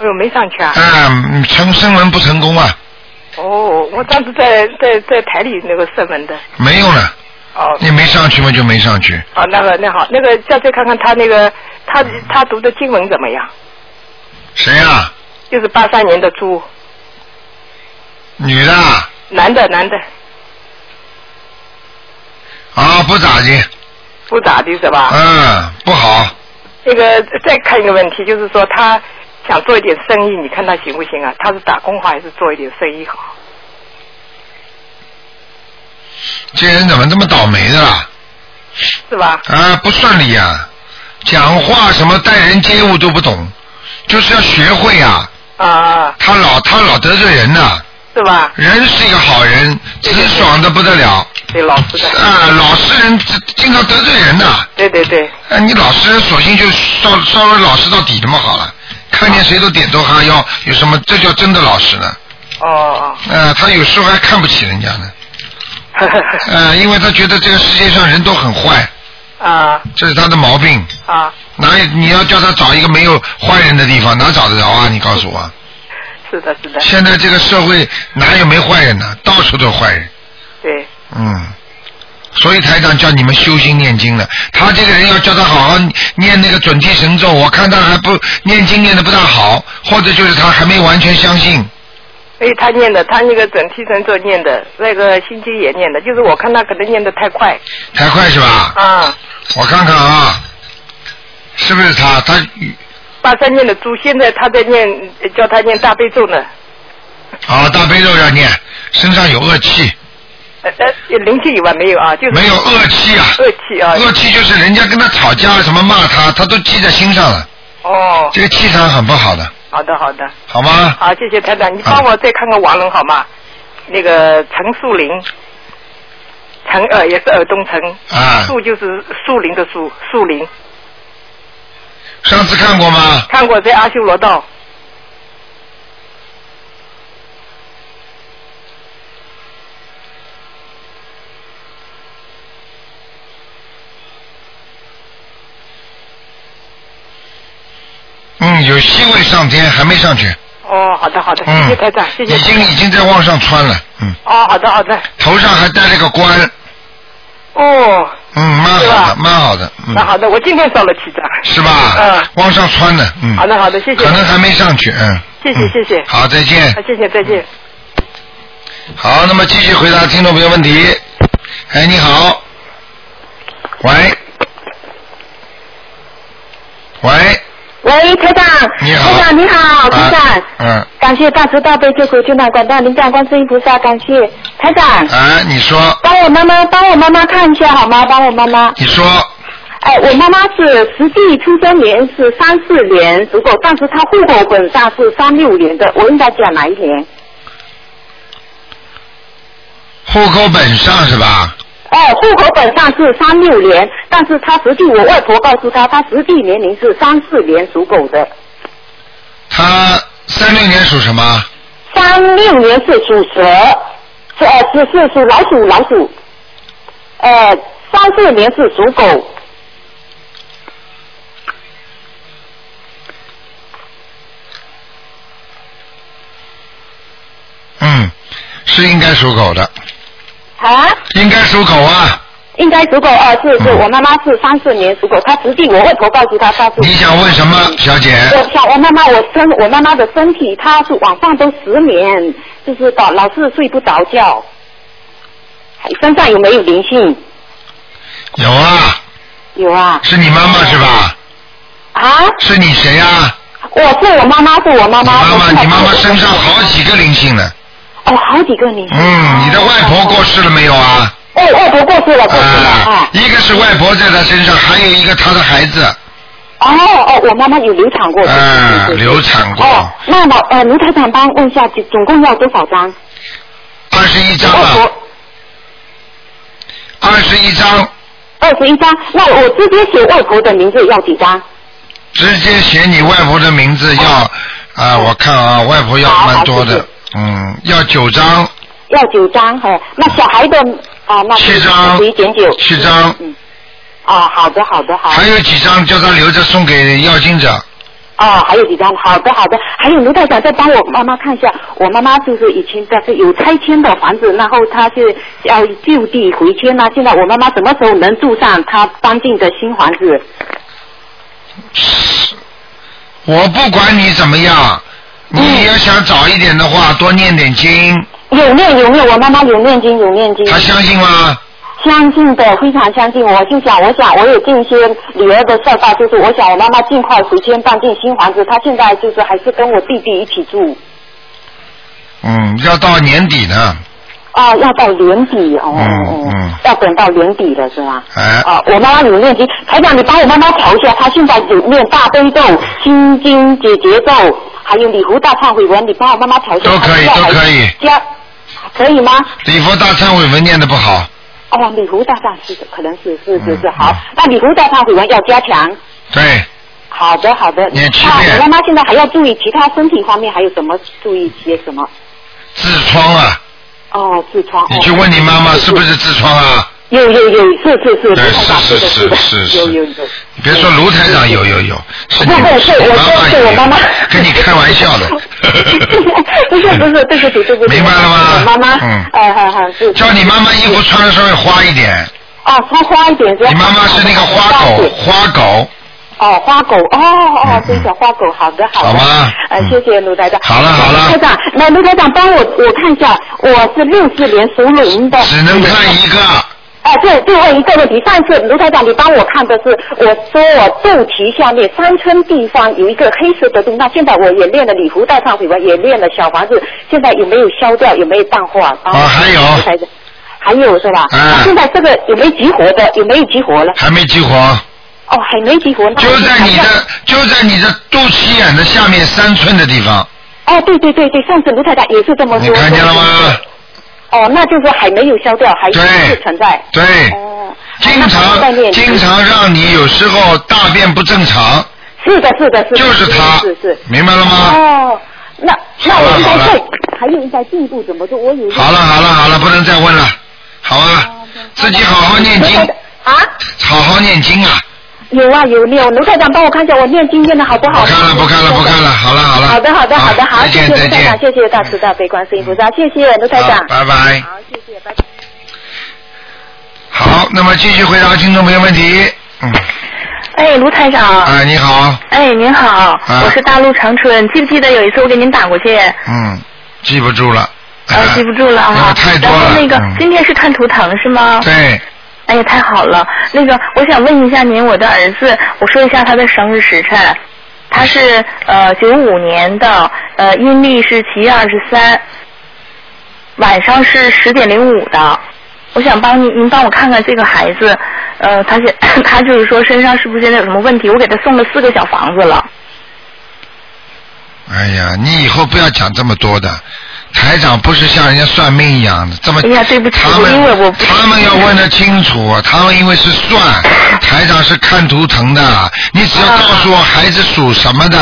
S7: 哎呦没上去啊。
S1: 啊，嗯成升文不成功啊，
S7: 哦，我上次在在在台里那个射门的。
S1: 没用了，
S7: 哦，
S1: 你没上去嘛就没上去，
S7: 哦，那个那好，那个下次看看他那个他他读的经文怎么样？
S1: 谁啊？
S7: 就是八三年的猪，
S1: 女的啊，
S7: 男的男的，
S1: 啊不咋地，
S7: 不咋地是吧？
S1: 嗯，不好，
S7: 那个再看一个问题，就是说他想做一点生意，你看他行不行啊？他是打工好还是做一点生意好？
S1: 这人怎么这么倒霉的啦？
S7: 是吧？
S1: 啊，不顺利啊，讲话什么待人接物都不懂，就是要学会啊。
S7: 啊，
S1: 他老他老得罪人呐、
S7: 是吧？
S1: 人是一个好人，直爽的不得了
S7: 对，老实的，
S1: 啊，老实人经常得罪人呐、啊。
S7: 对对对，
S1: 你老实人索性就稍稍微老实到底的嘛，好了，看见谁都点头哈腰，有什么这叫真的老实呢？
S7: 哦哦， [laughs]
S1: 啊，他有时候还看不起人家呢，
S7: 呵呵呵
S1: 呃，因为他觉得这个世界上人都很坏，
S7: 啊
S1: 这是他的毛病。
S7: 啊，
S1: 哪有你要叫他找一个没有坏人的地方，哪找得着啊？你告诉我，
S7: 是的是的，
S1: 现在这个社会哪有没坏人呢？到处都有坏人，
S7: 对，
S1: 嗯。所以台长叫你们修心念经了。他这个人要叫他好好念那个准提神咒，我看他还不念经念的不大好，或者就是他还没完全相信。
S7: 所以他念的，他那个整体神咒念的，那个心经也念的，就是我看他可能念的太快
S1: 太快是吧？
S7: 啊。
S1: 我看看啊，是不是他？他
S7: 八三念的猪，现在他在念，呃叫他念大悲咒呢。
S1: 啊，大悲咒要念，身上有恶气，
S7: 呃呃，
S6: 灵气以外没有啊，就是
S1: 没有恶气啊，
S6: 恶气啊。
S1: 恶气就是人家跟他吵架什么骂他，他都记在心上了，
S6: 哦，
S1: 这个气场很不好的，
S6: 好的好的，
S1: 好吗？
S6: 好，谢谢台长，你帮我再看看亡人好吗？那个陈树林，陈呃也是耳东陈，
S1: 啊，
S6: 树就是树林的树，树林。
S1: 上次看过吗？
S6: 看过在阿修罗道，
S1: 嗯，有希位上天，还没上去。
S6: 哦，好的好的，谢
S1: 嗯
S6: 谢台长，谢谢
S1: 已
S6: 台
S1: 经
S6: 长。
S1: 已经在往上穿了，嗯，
S6: 哦，好的好的，
S1: 头上还戴了个冠，
S6: 哦，
S1: 嗯，蛮
S6: 是
S1: 好的，
S6: 吧
S1: 蛮好的，嗯，
S6: 那好的，我今天烧了七张。
S1: 是吧？
S6: 嗯
S1: 往上穿的，嗯，
S7: 啊
S6: 好的好的，谢谢
S1: 可，能还没上去，嗯，
S6: 谢谢
S1: 嗯
S6: 谢谢，
S1: 好，再见。
S6: 啊谢谢再见。
S1: 好，那么继续回答听众朋友问题。哎，你好，喂，喂，
S3: 喂，台长，
S1: 你好
S3: 台长你好，台长，
S1: 啊嗯，
S3: 感谢大慈大悲救苦救难广大灵感观世音菩萨，感谢台长，
S1: 哎，你说，
S3: 帮我妈妈帮我妈妈看一下好吗？帮我妈妈，
S1: 你说，
S3: 哎，我妈妈是实际出生年是三四年，如果但是她户口本上是三六年的，我应该讲哪一年？
S1: 户口本上是吧？
S3: 哦，户口本上是三六年，但是她实际我外婆告诉她，她实际年龄是三四年属狗的，
S1: 他三六年属什么？
S3: 三六年是属蛇，是呃是是属老鼠老鼠，呃三四年是属狗，
S1: 嗯，是应该属狗的，
S3: 啊，
S1: 应该属狗啊。
S3: 应该属狗哦，是是，
S1: 嗯
S3: 我妈妈是三四年属狗，她实际我外婆告诉她，她是。
S1: 你想问什么，小姐？
S3: 我想我妈妈，我身我妈妈的身体，她是晚上都失眠，就是老老是睡不着觉，身上有没有灵性？
S1: 有啊，
S3: 有啊
S1: 是你妈妈是吧？
S3: 啊！
S1: 是你谁呀、
S3: 我是我妈妈，是我妈哦
S1: 你
S3: 妈。
S1: 妈
S3: 我
S1: 妈，
S3: 是
S1: 你妈妈身上好几个灵性呢。
S3: 哦，好几个灵性。
S1: 嗯，你的外婆过世了没有啊？
S3: 哦，外婆过世了，过世了
S1: 啊
S3: 啊，！
S1: 一个是外婆在她身上，还有一个她的孩子，
S3: 哦哦，我妈妈有流产过。
S1: 啊，
S3: 对对对
S1: 流产过，
S3: 哦，那老呃，卢台长帮问一下，总总共要多少张？
S1: 二十一张
S3: 外
S1: 了
S3: 婆，
S1: 二十一张，
S3: 二十一张，那我直接写外婆的名字要几张？
S1: 直接写你外婆的名字要，啊，我看啊，外婆要
S3: 哦好好
S1: 蛮多
S3: 谢
S1: 的
S3: 谢，
S1: 嗯，要九张，
S3: 要九张，嘿，那小孩的啊，那
S1: 七张
S3: 十一减九，
S1: 七张，
S3: 嗯，啊，好的，好的，好的
S1: 还有几张叫她留着送给要经者，
S3: 啊，还有几张，好的，好的，还有卢台长再帮我妈妈看一下，我妈妈就是以前在是有拆迁的房子，然后她是要就地回迁啊呐、现在我妈妈什么时候能住上她搬进的新房子？
S1: 我不管你怎么样，
S3: 嗯
S1: 你要想早一点的话，多念点经，
S3: 有念有念，我妈妈有念经有念经，
S1: 她相信吗？
S3: 相信的非常相信。我就想，我想我也尽一些女儿的孝道，就是我想我妈妈尽快回迁搬进新房子，她现在就是还是跟我弟弟一起住。
S1: 嗯，要到年底呢，
S3: 哦，要到年底哦，
S1: 嗯
S3: 哦
S1: 嗯
S3: 要等到年底了是吧？
S1: 哎，
S3: 哦，我妈妈有念经，台长，你帮我妈妈调一下，她现在有念大悲咒、心经、解结咒，还有礼佛大忏悔文，你帮我妈妈调一下。
S1: 都可以
S3: 她现在
S1: 都可以
S3: 还
S1: [laughs]
S3: 加可以吗？
S1: 礼佛大忏悔文念的不好，
S3: 哦，礼佛大忏是的，可能是是是是
S1: 嗯
S3: 好，那礼佛大忏悔文要加强。
S1: 对，
S3: 好的，好的。
S1: 念七
S3: 那
S1: 遍
S3: 我妈妈现在还要注意其他身体方面，还有什么注意些什么？
S1: 痔疮啊，
S3: 哦，痔疮。哦
S1: 你去问你妈妈是不？是痔疮啊？
S3: 有有有，是是是，
S1: 对
S3: 卢台长
S1: 哎是是
S3: 是的
S1: 是
S3: 是
S1: 是
S3: 的有有有。
S1: 你别说卢台长有有有，是
S3: 不
S1: 你
S3: 不是，
S1: 你
S3: 我
S1: 妈妈
S3: 是
S1: 有
S3: 我妈妈。。
S1: 跟你开玩笑的
S3: [laughs] 不是不是，对不起对不起。
S1: 明白了吗？
S3: 我妈妈。
S1: 嗯。
S3: 哎好好是。
S1: 叫你妈妈衣服穿的稍微花一点，
S3: 哦，穿花一点。
S1: 你妈妈是那个花狗，花狗，
S3: 哦，花狗，哦
S1: 嗯
S3: 哦，
S1: 嗯
S3: 对小花狗，好的好的。
S1: 好吗
S3: 呃
S1: 嗯，
S3: 谢谢卢台长。
S1: 好了好了
S3: 卢台长，那卢台长帮我我看一下，我是六四年属龙的。
S1: 只能看一个，
S9: 呃
S3: 哎，对，最后一个问题，上次卢台长你帮我看的是，我说我肚脐下面三寸地方有一个黑色的洞，那现在我也练了礼服大忏悔文，也练了小房子，现在有没有消掉，有没有淡化？
S1: 啊还有
S3: 卢台长
S9: 还有是吧？
S1: 嗯
S9: 那现在这个有没有激活的？有没有激活了？
S1: 还没激活，
S9: 哦，还没激活。那
S1: 就在你
S9: 还要
S1: 的就在你的肚脐眼的下面三寸的地方，
S9: 哦，对对对对，上次卢太太也是这么
S1: 你
S9: 说。
S1: 看见了吗？
S9: 哦，那就是还没有消掉，还一直
S1: 对
S9: 存在。
S1: 对，
S9: 哦，
S1: 经
S9: 那还在
S1: 常
S9: 念
S1: 经常让你有时候大便不正常，
S9: 是的，是的，是的，
S1: 就是它
S9: 是是。，
S1: 明白了吗？
S9: 哦，那那
S1: 好了
S9: 我应该
S1: 好了
S9: 再还有应该进一步怎么做？我有一个
S1: 好了好了好了，不能再问了，好啊，自己好好念经，
S9: 啊，
S1: 好好念经啊！
S9: 有啊有有，卢台长帮我看一下我念经念的好不好？
S1: 不看了不看了不看了，。好了好了。
S9: 好的好的好的好，
S1: 再
S9: 谢
S1: 见
S9: 谢
S1: 再
S9: 卢台长，
S1: 见，嗯
S9: 谢谢大慈大悲观世音菩萨，谢谢卢台
S1: 好
S9: 长。
S1: 拜拜。
S9: 好，谢谢，拜拜。
S1: 好，那么继续回答听众朋友问题。嗯，
S3: 哎，卢台长。
S1: 啊，你好，
S3: 哎，您好，
S1: 啊
S3: 我是大陆长春，记不记得有一次我给您打过去？
S1: 嗯，记不住了。
S3: 呃，
S9: 哦啊
S3: 记不住
S1: [laughs]
S3: 了
S1: 因为
S3: 哈。
S1: 啊太多
S3: 然
S1: 了
S3: 后。那个、
S1: 嗯
S3: 今天是看图腾是吗？。
S1: 对，
S3: 哎呀，太好了。那个，我想问一下您，我的儿子，我说一下他的生日时辰，他是呃九五年的，呃阴历是七月二十三，晚上是十点零五的。我想帮您，您帮我看看这个孩子，呃，他现 [coughs] 他就是说身上是不是现在有什么问题？我给他送了四个小房子了。
S1: 哎呀，你以后不要讲这么多的。台长不是像人家算命一样的这么，
S3: 哎呀对不起
S1: 他
S3: 因为我
S1: 们
S3: 不
S1: 他们要问得清楚，他们因为是
S3: [laughs]
S1: 算，台长是看图腾的，你只要告诉我孩子属什么的，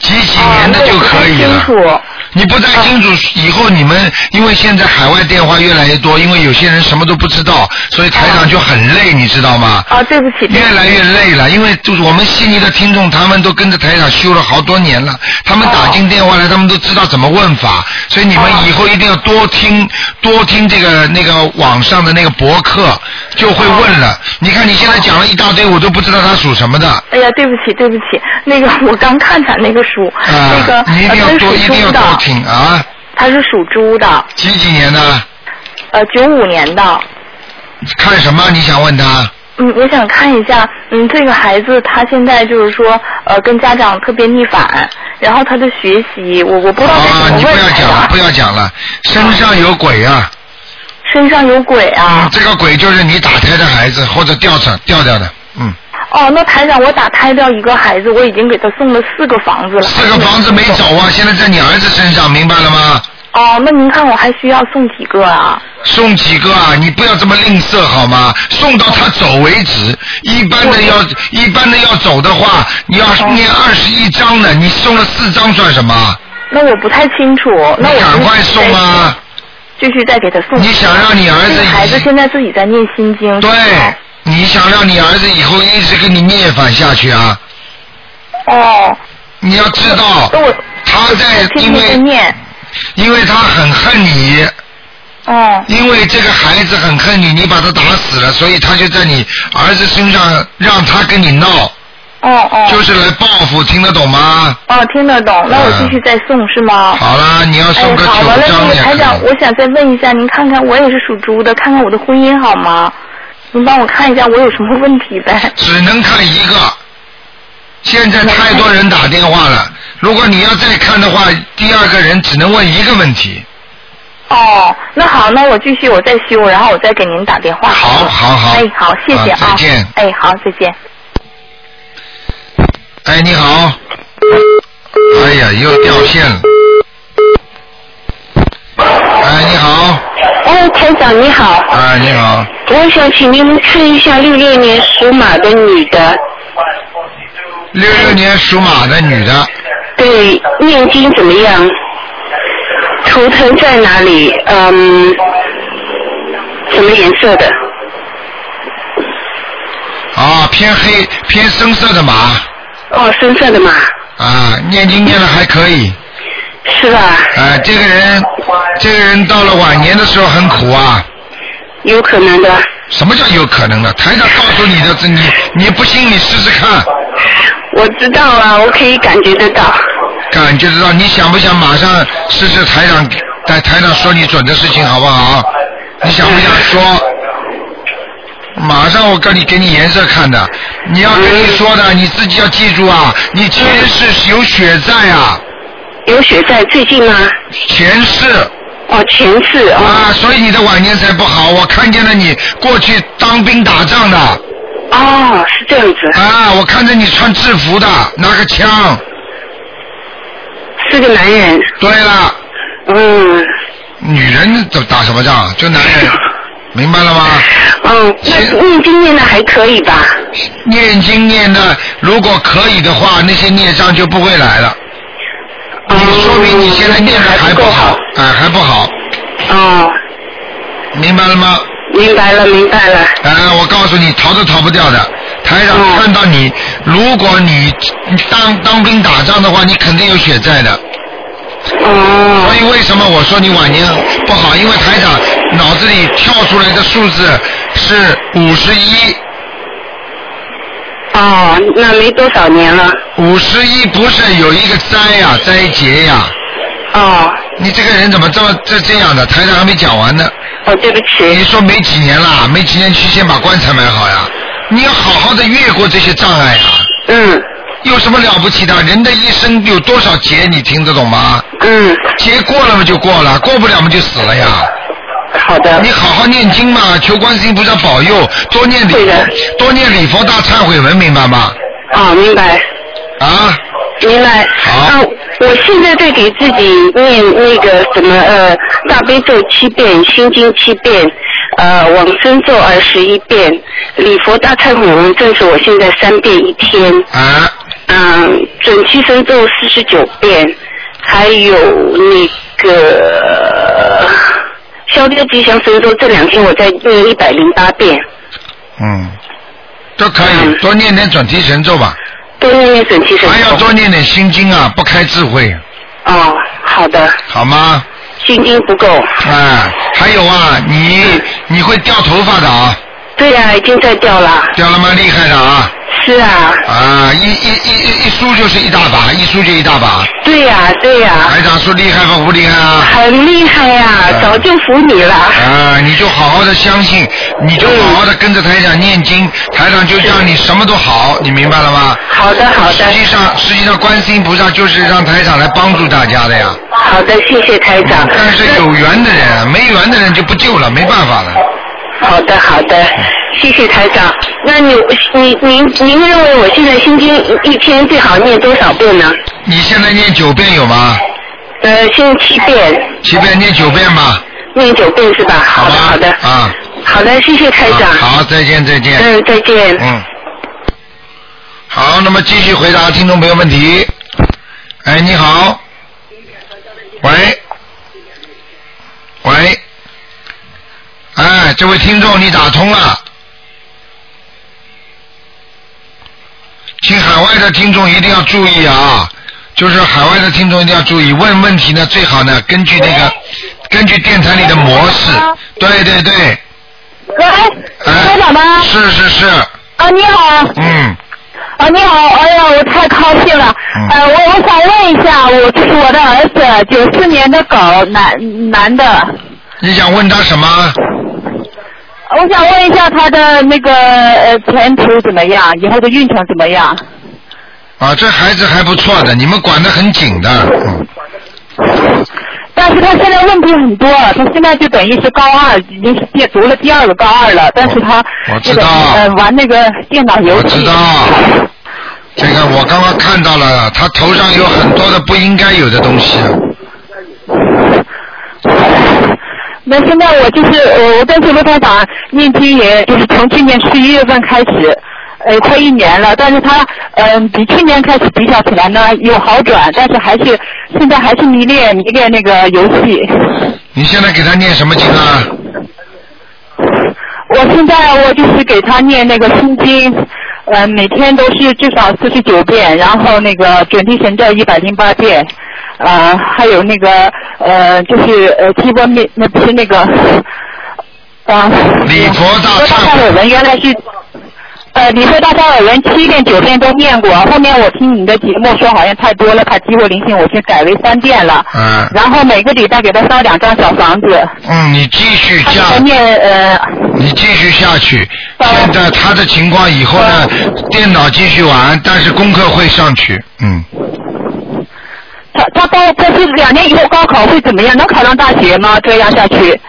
S1: 几几年的就可以了。
S3: 啊那我不太清楚
S1: 你不太清楚，以后你们因为现在海外电话越来越多，因为有些人什么都不知道，所以台
S3: 哦
S1: 长就很累，你知道吗？
S3: 啊，对不起，对不起
S1: 越来越累了，因为就是我们悉尼的听众，他们都跟着台长修了好多年了，他们打进电话
S3: 哦
S1: 来，他们都知道怎么问法，所以你们以后一定要多
S3: 哦
S1: 听多听这个那个网上的那个博客，就会问
S3: 哦
S1: 了。你看你现在讲了一大堆，我都不知道他属什么的。
S3: 哎呀，对不起，对不起，那个 [laughs] 我刚看咱那个书，
S1: 啊
S3: 那个，
S1: 你一定要
S3: 呃
S1: 多，一
S3: 它是属
S1: 定要多
S3: 猪的，
S1: 听啊！
S3: 它是属猪的，
S1: 几几年的？
S3: 呃，九五年的。
S1: 看什么？你想问他？
S3: 嗯，我想看一下，嗯，这个孩子他现在就是说，呃，跟家长特别逆反，然后他的学习，我我不知道该
S1: 啊，
S3: 怎么
S1: 你不
S3: 问
S1: 要讲了，
S3: 他
S1: 不
S3: 呀，
S1: 要讲了，身上有鬼啊！
S3: 身上有鬼啊
S1: 嗯，！这个鬼就是你打胎的孩子或者掉上掉掉的，嗯。
S3: 哦，那台长，我打胎掉一个孩子，我已经给他送了四个房子了，
S1: 四个房子没走啊，现在在你儿子身上，明白了吗？
S3: 哦，那您看我还需要送几个啊？
S1: 送几个啊？你不要这么吝啬好吗？送到他走为止。一般的要一般的要走的话，你要念二十一章的，你送了四章算什么？
S3: 那我不太清楚，那
S1: 你
S3: 我
S1: 赶
S3: 就
S1: 快送啊！
S3: 继续再给他送。
S1: 你想让你儿
S3: 这
S1: 子
S3: 个孩子现在自己在念心经。
S1: 对
S3: 是吗，
S1: 你想让你儿子以后一直跟你逆反下去啊？
S3: 哦，
S1: 你要知道
S3: 那我
S1: 他在
S3: 我天
S1: 因
S3: 天
S1: 为
S3: 念。
S1: 因为他很恨你。
S3: 哦
S1: 因为这个孩子很恨你，你把他打死了，所以他就在你儿子身上让他跟你闹，
S3: 哦哦。
S1: 就是来报复，听得懂吗？
S3: 哦，听得懂。那我继续再送、是吗？
S1: 嗯好啦，你要
S3: 哎
S1: 送，个
S3: 好
S1: 九
S3: 完了，那
S1: 张
S3: 个
S1: 也可
S3: 台长，
S1: 以。
S3: 我想再问一下，您看看我也是属猪的，看看我的婚姻好吗？您帮我看一下我有什么问题呗？
S1: 只能看一个，现在太多人打电话了。如果你要再看的话，第二个人只能问一个问题。
S3: 哦，那好，那我继续，我再修，然后我再给您打电话。
S1: 好好好
S3: 哎，好，谢谢
S1: 啊
S3: 啊。
S1: 再见
S3: 哎，好，再见。
S1: 哎，你好。哎呀，又掉线了。哎，你好，
S5: 哎，台长你好，
S1: 哎，你好，
S5: 我想请您看一下六六年属马的女的，
S1: 六六年属马的女的。
S5: 对，念经怎么样？图腾在哪里？嗯，什么颜色的？
S1: 啊，偏黑偏深色的马
S5: 哦，深色的嘛，
S1: 啊，念经念的还可以
S5: 是吧？
S1: 啊。这个人，这个人到了晚年的时候很苦啊。
S5: 有可能的。
S1: 什么叫有可能的？台长告诉你的，这你你不信你试试看，
S5: 我知道啊，我可以感觉得到。
S1: 感觉得到。你想不想马上试试台长台台长说你准的事情好不好？你想不想说？马上我跟你给你颜色看的，你要跟你说的，你自己要记住啊！你前世是有血债啊，
S5: 有血在最近吗？
S1: 前世
S5: 哦，
S10: 哦，前世哦。
S1: 啊，所以你的晚年才不好。我看见了你过去当兵打仗的。
S10: 哦，是这样子。
S1: 啊，我看着你穿制服的，拿个枪。
S10: 是个男人。
S1: 对了，
S10: 嗯
S1: 女人怎么打什么仗？就男人，明白了吗？
S10: 嗯，那念经念的还可以吧？
S1: 念经念的，如果可以的话，那些孽障就不会来了。你说明你现在念的嗯还不好，哎、还不好，
S10: 哦，
S1: 明白了吗？
S10: 明白了，明白了。
S1: 哎、我告诉你，逃都逃不掉的。台长看到你，如果你你当当兵打仗的话，你肯定有血债的。
S3: 嗯
S10: 哦
S1: 所以为什么我说你晚年不好？因为台长脑子里跳出来的数字是五十一，
S10: 哦，那没多少年了。
S1: 五十一不是有一个灾呀、灾劫呀、
S10: 哦。
S1: 你这个人怎么这么这这样的？台长还没讲完呢。
S10: 哦，对不起。
S3: 嗯
S1: 你说没几年啦，没几年去先把棺材买好呀。你要好好的越过这些障碍呀。
S10: 嗯。
S1: 有什么了不起的？人的一生有多少劫？你听得懂吗？
S10: 嗯。
S1: 劫过了嘛就过了，过不了嘛就死了呀。
S10: 好的。
S1: 你好好念经嘛，求观世音菩萨保佑，多念礼佛，多念礼佛大忏悔文，明白吗？
S10: 哦，明白。
S1: 啊。
S10: 明白。好。啊，我现在在给自己念那个什么呃大悲咒七遍，心经七遍，呃往生咒二十一遍，礼佛大忏悔文正是我现在三遍一天。
S1: 啊。
S10: 嗯，准提神咒四十九遍，还有那个消灾吉祥神咒，这两天我在念一百零八遍，
S1: 嗯，都可以，多念点准提神咒吧。
S10: 多念念准提神咒。
S1: 还要多念点心经啊，不开智慧，
S10: 哦，好的，
S1: 好吗？
S10: 心经不够。
S1: 啊，还有啊，你你会掉头发的啊，
S10: 对呀、已经在掉了。
S1: 掉了蛮厉害的啊，
S10: 是啊，
S1: 啊，一一一一一梳就是一大把，一梳就一大把。
S10: 对呀、对呀、
S1: 台长说厉害吗？不厉害啊？
S10: 很厉害呀、
S1: 嗯
S10: 早就服你了。
S1: 啊，你就好好的相信，你就好好的跟着台长念经，台长就让你什么都好，你明白了吗？
S10: 好的，好的。
S1: 实际上，实际上，观世音菩萨就是让台长来帮助大家的呀。
S10: 好的，谢谢台长。
S1: 但是有缘的人，没缘的人就不救了，没办法了。
S10: 好的，好的，谢谢台长。那你你您您认为我现在心经一天最好念多少遍呢？
S1: 你现在念九遍有吗？
S10: 呃，现在七遍，
S1: 七遍念九遍吧，
S10: 念九遍是吧？好的，好的，
S1: 啊。
S10: 好的，谢谢台长。
S1: 好，再见，再见。
S10: 嗯，再见。
S1: 嗯。好，那么继续回答听众朋友问题。哎，你好。喂。喂。哎，这位听众，你打通了。请海外的听众一定要注意啊，就是海外的听众一定要注意，问问题呢最好呢根据那个根据电台里的模式，对对对，
S3: 喂，台长吗？
S1: 哎是是是，
S3: 啊，你好，
S1: 嗯。
S3: 啊，你好，哎呀，我太高兴了。呃，我我想问一下，我就是我的儿子，九四年的狗，男男的，
S1: 你想问他什么？
S3: 我想问一下他的那个呃前途怎么样，以后的运程怎么样？
S1: 啊，这孩子还不错的，你们管得很紧的，嗯，
S3: 但是他现在问题很多，他现在就等于是高二，已经是第读了第二个高二了，但是他
S1: 我知
S3: 这个
S1: 道，
S3: 呃玩那个电脑游戏，
S1: 知道。这个我刚刚看到了，他头上有很多的不应该有的东西。
S3: [laughs]
S1: 啊
S3: 那现在我就是呃我跟随罗台长念经，也就是从去年十一月份开始，呃，快一年了。但是他嗯、比去年开始比较起来呢，有好转，但是还是现在还是迷恋迷恋那个游戏。
S1: 你现在给他念什么经啊？
S3: 我现在我就是给他念那个心经，呃，每天都是至少四十九遍，然后那个准提神咒一百零八遍，呃，还有那个呃，就是呃，提波灭那不是那个，呃，
S1: 礼佛大
S3: 忏悔文原来是。呃，礼佛大忏悔文七遍九遍都念过，后面我听你的节目说好像太多了，怕激活灵性，我就改为三遍了。
S1: 嗯
S3: 然后每个礼拜给他烧两张小房子。
S1: 嗯，你继续
S3: 他
S1: 加
S3: 现在念啊呃
S1: 你继续下去。现在他的情况以后
S3: 啊
S1: 呢，电脑继续玩，但是功课会上去，嗯。
S3: 他他到这是两年以后高考会怎么样？能考上大学吗？这样下去？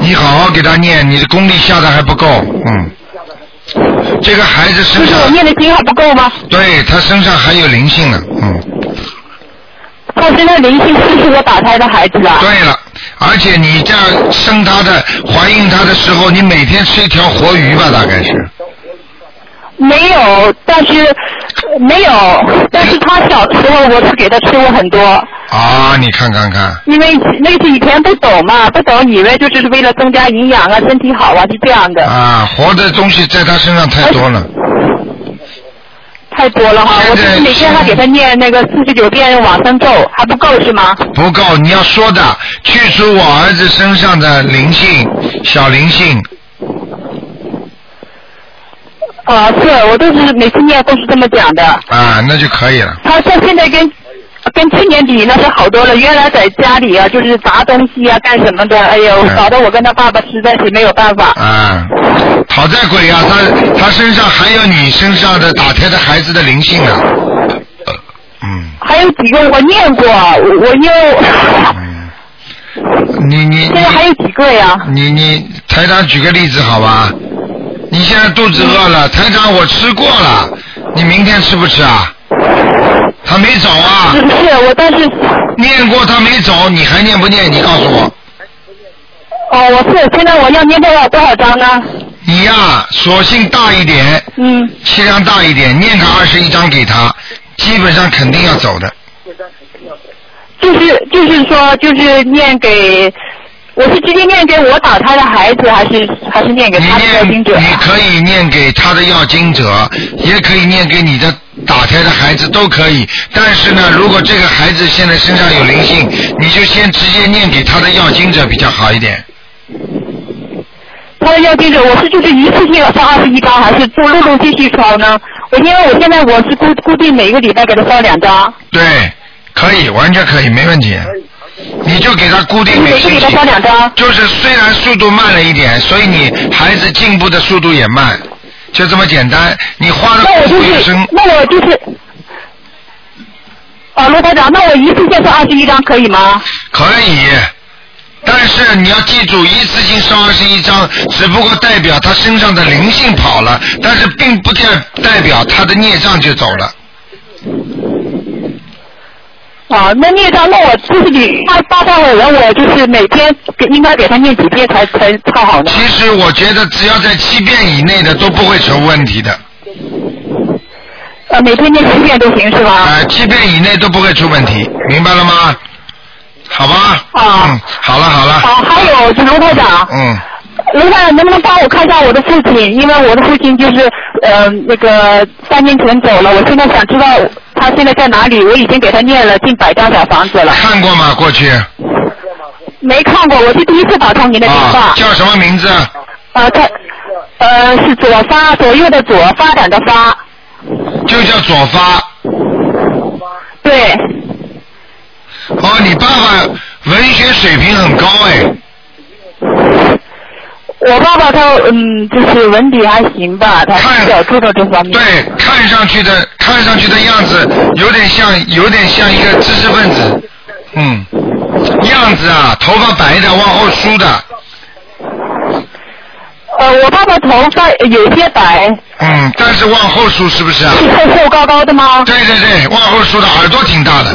S1: 你好好给他念，你的功力下的还不够，嗯。这个孩子身上，
S3: 念的经还不够吗？
S1: 对他身上还有灵性呢，嗯。
S3: 他身上灵性是不是我打胎的孩子啊？
S1: 对了，而且你在生他的、怀孕他的时候，你每天吃一条活鱼吧，大概是。
S3: 没有，但是呃没有，但是他小时候我是给他吃过很多，
S1: 啊，你看看看，
S3: 因为那是以前不懂嘛，不懂以为就是为了增加营养啊，身体好啊，是这样的，
S1: 啊，活的东西在他身上太多了。
S3: 嗯太多了哈。我就是每天还给他念那个四十九遍往生咒，还不够是吗？
S1: 不够，你要说的，去除我儿子身上的灵性、小灵性，
S3: 啊，是我都是每次念都是这么讲的。
S1: 啊，那就可以了。
S3: 他他现在跟跟去年比那是好多了，原来在家里啊，就是砸东西啊，干什么的，哎呦，
S1: 嗯
S3: 搞得我跟他爸爸实在是没有办法。
S1: 啊，讨债鬼啊，他他身上还有你身上的打胎的孩子的灵性啊嗯呢、
S3: 还有几个我念过，我我因为
S1: 嗯你你现在还
S3: 有几个呀？
S1: 你你台长举个例子好吧？你现在肚子饿了，台长我吃过了，你明天吃不吃啊？他没走啊？
S3: 不是，我但是
S1: 念过他没走，你还念不念？你告诉我。
S3: 哦，我是现在我要念多少多少章呢？
S1: 你呀、索性大一点，
S3: 嗯，
S1: 气量大一点，念个二十一章给他，基本上肯定要走的。
S3: 就是就是说就是念给，我是直接念给我打胎的孩子，还是还是念给他的要经者？
S1: 你可以念给他的要经者，也可以念给你的打胎的孩子，都可以。但是呢，如果这个孩子现在身上有灵性，你就先直接念给他的要经者比较好一点。
S3: 他的要经者，我是就是一次性要烧二十一章，还是就陆陆续续烧呢？我因为我现在我是固固定每一个礼拜给他烧两张，
S1: 对，可以，完全可以，没问题。你就给他固定每星
S3: 每个礼
S1: 期啊
S3: 拜烧两张，
S1: 就是虽然速度慢了一点，所以你孩子进步的速度也慢，就这么简单。你花了
S3: 那我
S1: 功
S3: 就
S1: 夫一
S3: 是
S1: 生，
S3: 那我就是。啊，罗台长，那我一次性烧二十一张可以吗？
S1: 可以，但是你要记住，一次性烧二十一张，只不过代表他身上的灵性跑了，但是并不代代表他的孽障就走了。
S3: 啊，那孽障，那我就是你发发到我人，我就是每天给应该给他念几遍才才才好呢？
S1: 其实我觉得，只要在七遍以内的都不会成问题的，
S3: 呃，每天念七遍都行是吧？
S1: 呃，七遍以内都不会出问题，明白了吗？好吧。
S3: 啊
S1: 嗯，好了好了。
S3: 啊，还有就是卢台长，
S1: 嗯，
S3: 卢台长能不能帮我看一下我的父亲？因为我的父亲就是呃那个三年前走了，我现在想知道他现在在哪里。我已经给他念了近百张小房子了，
S1: 看过吗？过去
S3: 没看过，我是第一次打通您的电话。
S1: 啊叫什么名字？
S3: 呃，他呃是左发左右的左，发展的发，
S1: 就叫左发。
S3: 对。
S1: 哦，你爸爸文学水平很高哎。
S3: 我爸爸他嗯，就是文笔还行吧，他比较注重这方面。
S1: 对，看上去的看上去的样子有点像有点像一个知识分子，嗯，样子啊，头发白的，往后梳的，
S3: 呃，我爸爸头发有些白，
S1: 嗯，但是往后梳是不是啊？
S3: 是瘦瘦高高的吗？
S1: 对对对，往后梳的耳朵挺大的，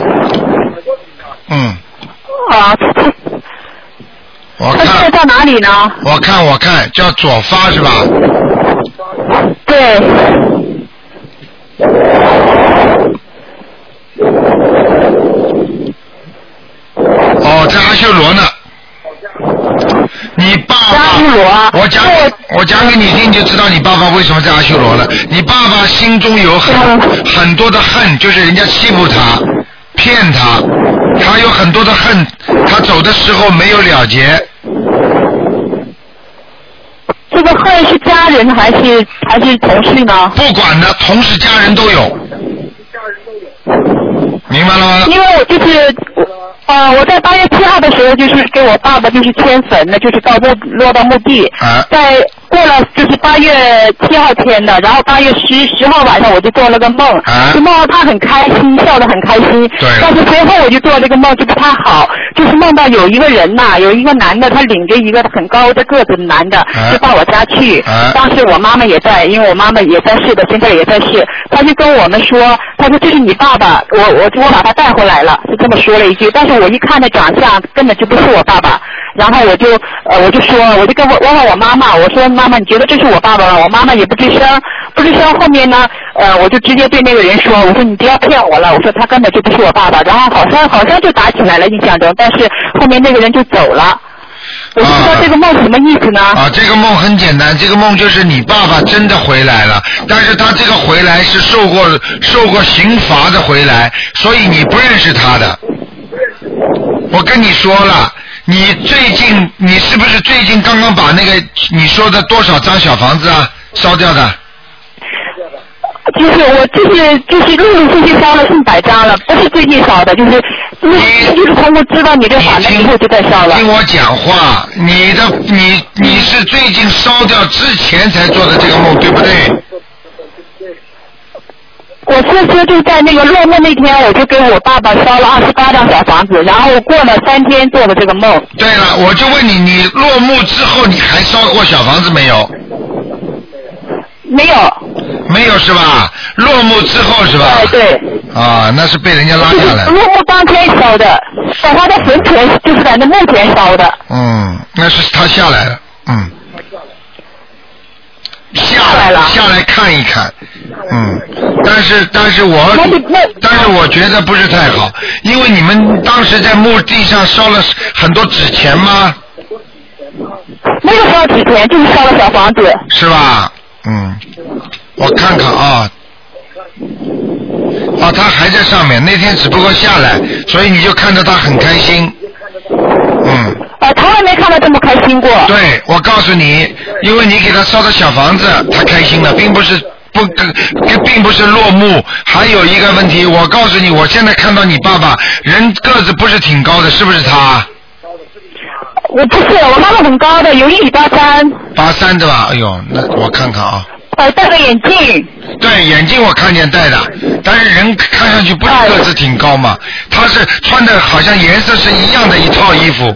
S1: 嗯， [laughs]
S3: 啊，
S1: 我
S3: 他现在
S1: 看
S3: 在哪里呢？
S1: 我看我看叫左发是吧？
S3: 对。
S1: 哦，在阿修罗呢。你爸爸，我讲给我讲给你听，你就知道你爸爸为什么在阿修罗了。你爸爸心中有很、很多的恨，就是人家欺负他、骗他，他有很多的恨，他走的时候没有了结，
S3: 这个恨是家人还是还是同事呢？
S1: 不管的，同事家人都有。明白了吗？
S3: 因为我就是，呃，我在八月七号的时候就是给我爸爸就是迁坟了，就是到落落到墓地，
S1: 啊
S3: 在过了就是八月七号签的，然后八月十十号晚上我就做了个梦，
S1: 啊
S3: 就梦到他很开心，笑得很开心。
S1: 对
S3: 但是随后我就做这个梦就不太好，就是梦到有一个人呐、有一个男的，他领着一个很高的个子的男的，
S1: 啊
S3: 就到我家去。
S1: 啊
S3: 当时我妈妈也在，因为我妈妈也在世的，现在也在世。他就跟我们说，他说这是你爸爸，我我我把他带回来了，就这么说了一句。但是我一看他长相，根本就不是我爸爸。然后我就呃我就说，我就跟我问问我妈妈，我说妈妈，你觉得这是我爸爸吗？我妈妈也不吱声，不吱声。后面呢，呃，我就直接对那个人说，我说你不要骗我了，我说他根本就不是我爸爸。然后好像好像就打起来了，印象中，但是后面那个人就走了。我就不知道这个梦是什么意思呢？
S1: 啊，这个梦很简单，这个梦就是你爸爸真的回来了，但是他这个回来是受过受过刑罚的回来，所以你不认识他的。我跟你说了，你最近你是不是最近刚刚把那个你说的多少张小房子啊烧掉的？
S3: 就是我就是就是陆陆续续烧了近百张了，不是最近烧的，就是陆就是通过知道你这法门以后就在烧了。
S1: 听我讲话，你的你你是最近烧掉之前才做的这个梦，对不对？
S3: 我是说就在那个落幕那天，我就给我爸爸烧了二十八张小房子，然后过了三天做的这个梦。
S1: 对了，我就问你，你落幕之后你还烧过小房子没有？
S3: 没有。
S1: 没有是吧？落幕之后是吧？
S3: 哎对
S1: 啊，那是被人家拉下来。
S3: 落幕当天烧的，在他的坟前，就是在那墓前烧的。
S1: 嗯，那是他下来了，嗯。下来了，下来看一看，嗯，但是但是我，但是我觉得不是太好，因为你们当时在墓地上烧了很多纸钱吗？
S3: 没有烧纸钱，就是烧了小房子。
S1: 是吧？嗯，我看看啊，啊，他还在上面，那天只不过下来，所以你就看着他很开心。嗯。
S3: 啊，从来没看到这么开心过。
S1: 对，我告诉你，因为你给他烧的小房子，他开心了，并不是。不跟，跟并不是落幕，还有一个问题，我告诉你，我现在看到你爸爸人个子不是挺高的，是不是他？
S3: 我不是，我妈妈很高的，有一米八三，
S1: 八三的吧？哎呦，那我看看啊。
S3: 呃，戴个眼镜。
S1: 对，眼镜我看见戴的，但是人看上去不是个子挺高嘛，他是穿的好像颜色是一样的一套衣服，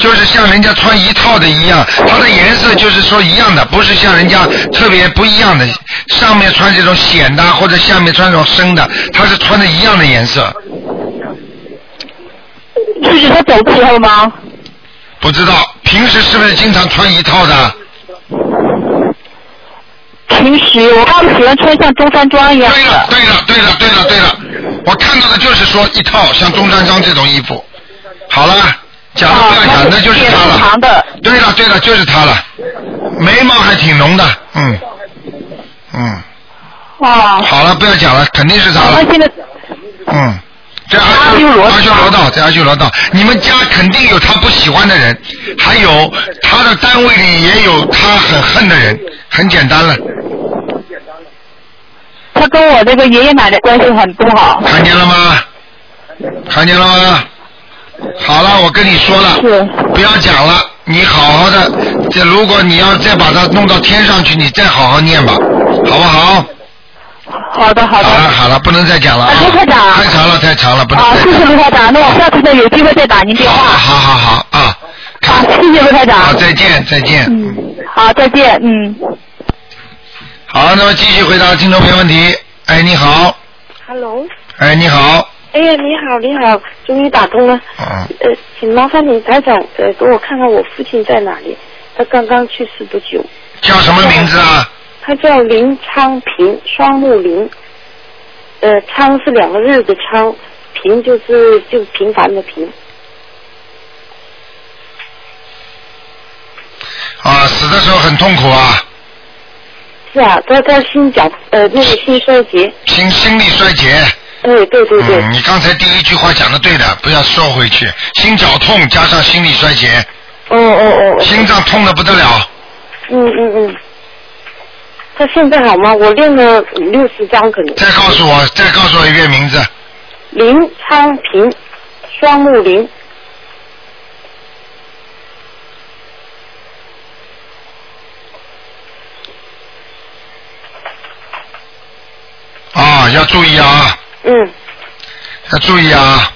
S1: 就是像人家穿一套的一样，它的颜色就是说一样的，不是像人家特别不一样的，上面穿这种显的或者下面穿这种深的，他是穿的一样的颜色，
S3: 是指他走的时候吗？
S1: 不知道平时是不是经常穿一套的？
S3: 平时我爸爸喜欢穿像中山装一样的。
S1: 对了，对了，对了，对了，我看到的就是说一套像中山装这种衣服。好了，讲
S3: 啊
S1: 都不要讲，啊那就是他了。对了，对了，就是他了。眉毛还挺浓的，嗯，嗯，
S3: 哇，
S1: 好了，不要讲了，肯定是他了。
S3: 啊现在
S1: 嗯，在阿修罗阿修罗道，在阿修罗道，你们家肯定有他不喜欢的人，还有他的单位里也有他很恨的人，很简单了。
S3: 他跟我这个爷爷奶奶关系很不好。
S1: 看见了吗？看见了吗？好了，我跟你说了，不要讲了，你好好的，这如果你要再把它弄到天上去，你再好好念吧，好不好？
S3: 好的，好
S1: 的。好了，好了，不能再讲了啊！卢科
S3: 长，
S1: 太长了，太长了，不能
S3: 啊，
S1: 再
S3: 谢
S1: 讲
S3: 谢
S1: 了。
S3: 卢台长，那我下次呢有机会再打您电话。
S1: 好好好啊！
S3: 啊，嗯谢谢卢台长。
S1: 好，再见，再见。
S3: 好，再见，嗯。
S1: 好，那么继续回答听众朋友问题。哎，你好，
S11: Hello，
S1: 哎，你好，
S11: 哎呀，你好，你好，终于打通了。
S1: 嗯，
S11: 呃，请麻烦你台长，呃，给我看看我父亲在哪里？他刚刚去世不久。
S1: 叫什么名字啊？
S11: 他叫林昌平，双木林。呃，昌是两个日的昌，平就是就平凡的平。
S1: 啊，死的时候很痛苦啊，
S11: 是啊，他他心绞呃那个心衰竭。
S1: 心心力衰竭。
S11: 哎，对对对。
S1: 嗯，你刚才第一句话讲的对的，不要说回去。心绞痛加上心力衰竭。
S11: 哦哦哦。
S1: 心脏痛的不得了，
S11: 嗯嗯嗯。他现在好吗？我练了五六十张可能。
S1: 再告诉我，再告诉我一遍名字。
S11: 林昌平，双木林。
S1: 要注意啊，
S6: 嗯，
S1: 要注意啊，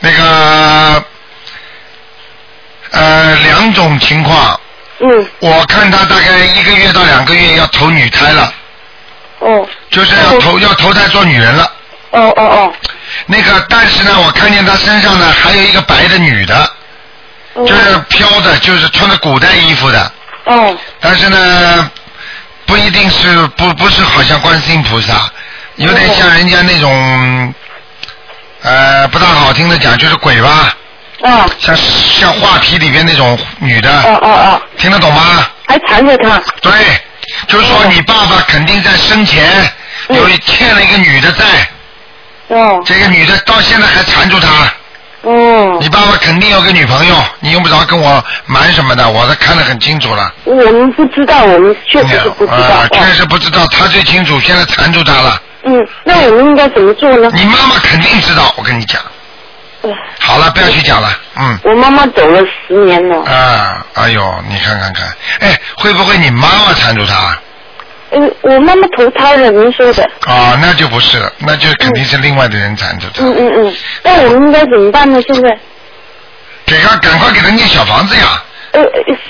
S1: 那个呃两种情况。
S6: 嗯。
S1: 我看他大概一个月到两个月要投女胎了。
S6: 哦。
S1: 就是要投要投胎做女人了。
S6: 哦哦哦。
S1: 那个，但是呢，我看见他身上呢还有一个白的女的，
S11: 嗯哦
S1: 就是飘的，就是穿着古代衣服的。
S6: 哦。
S1: 但是呢，不一定是不不是好像观世音菩萨，有点像人家那种，呃，不大好听的讲就是鬼吧。
S6: 嗯。
S1: 像像画皮里面那种女的。
S6: 哦哦哦。
S1: 听得懂吗？
S6: 还缠着他。
S1: 对，就是说你爸爸肯定在生前有一欠了一个女的债。
S6: 哦。
S1: 这个女的到现在还缠住他。
S11: 嗯
S6: 哦。
S1: 你爸爸肯定有个女朋友，你用不着跟我瞒什么的，我都看得很清楚了。
S6: 我们不知道，我们确实是不知道。
S1: 啊，确实不知道，他最清楚，现在缠住他了。
S6: 嗯，那我们应该怎么做呢？哎
S1: 你妈妈肯定知道，我跟你讲。好了，不要去讲了，嗯。
S6: 我妈妈走了十年了。
S1: 啊，哎呦，你看看看，哎，会不会你妈妈缠住他？
S6: 嗯，我妈妈投胎了，您说的。
S1: 啊，那就不是了，那就肯定是另外的人缠住他。
S6: 嗯嗯嗯，那我们应该怎么办呢？现在？
S1: 给他赶快给他念小房子呀！
S6: 呃，呃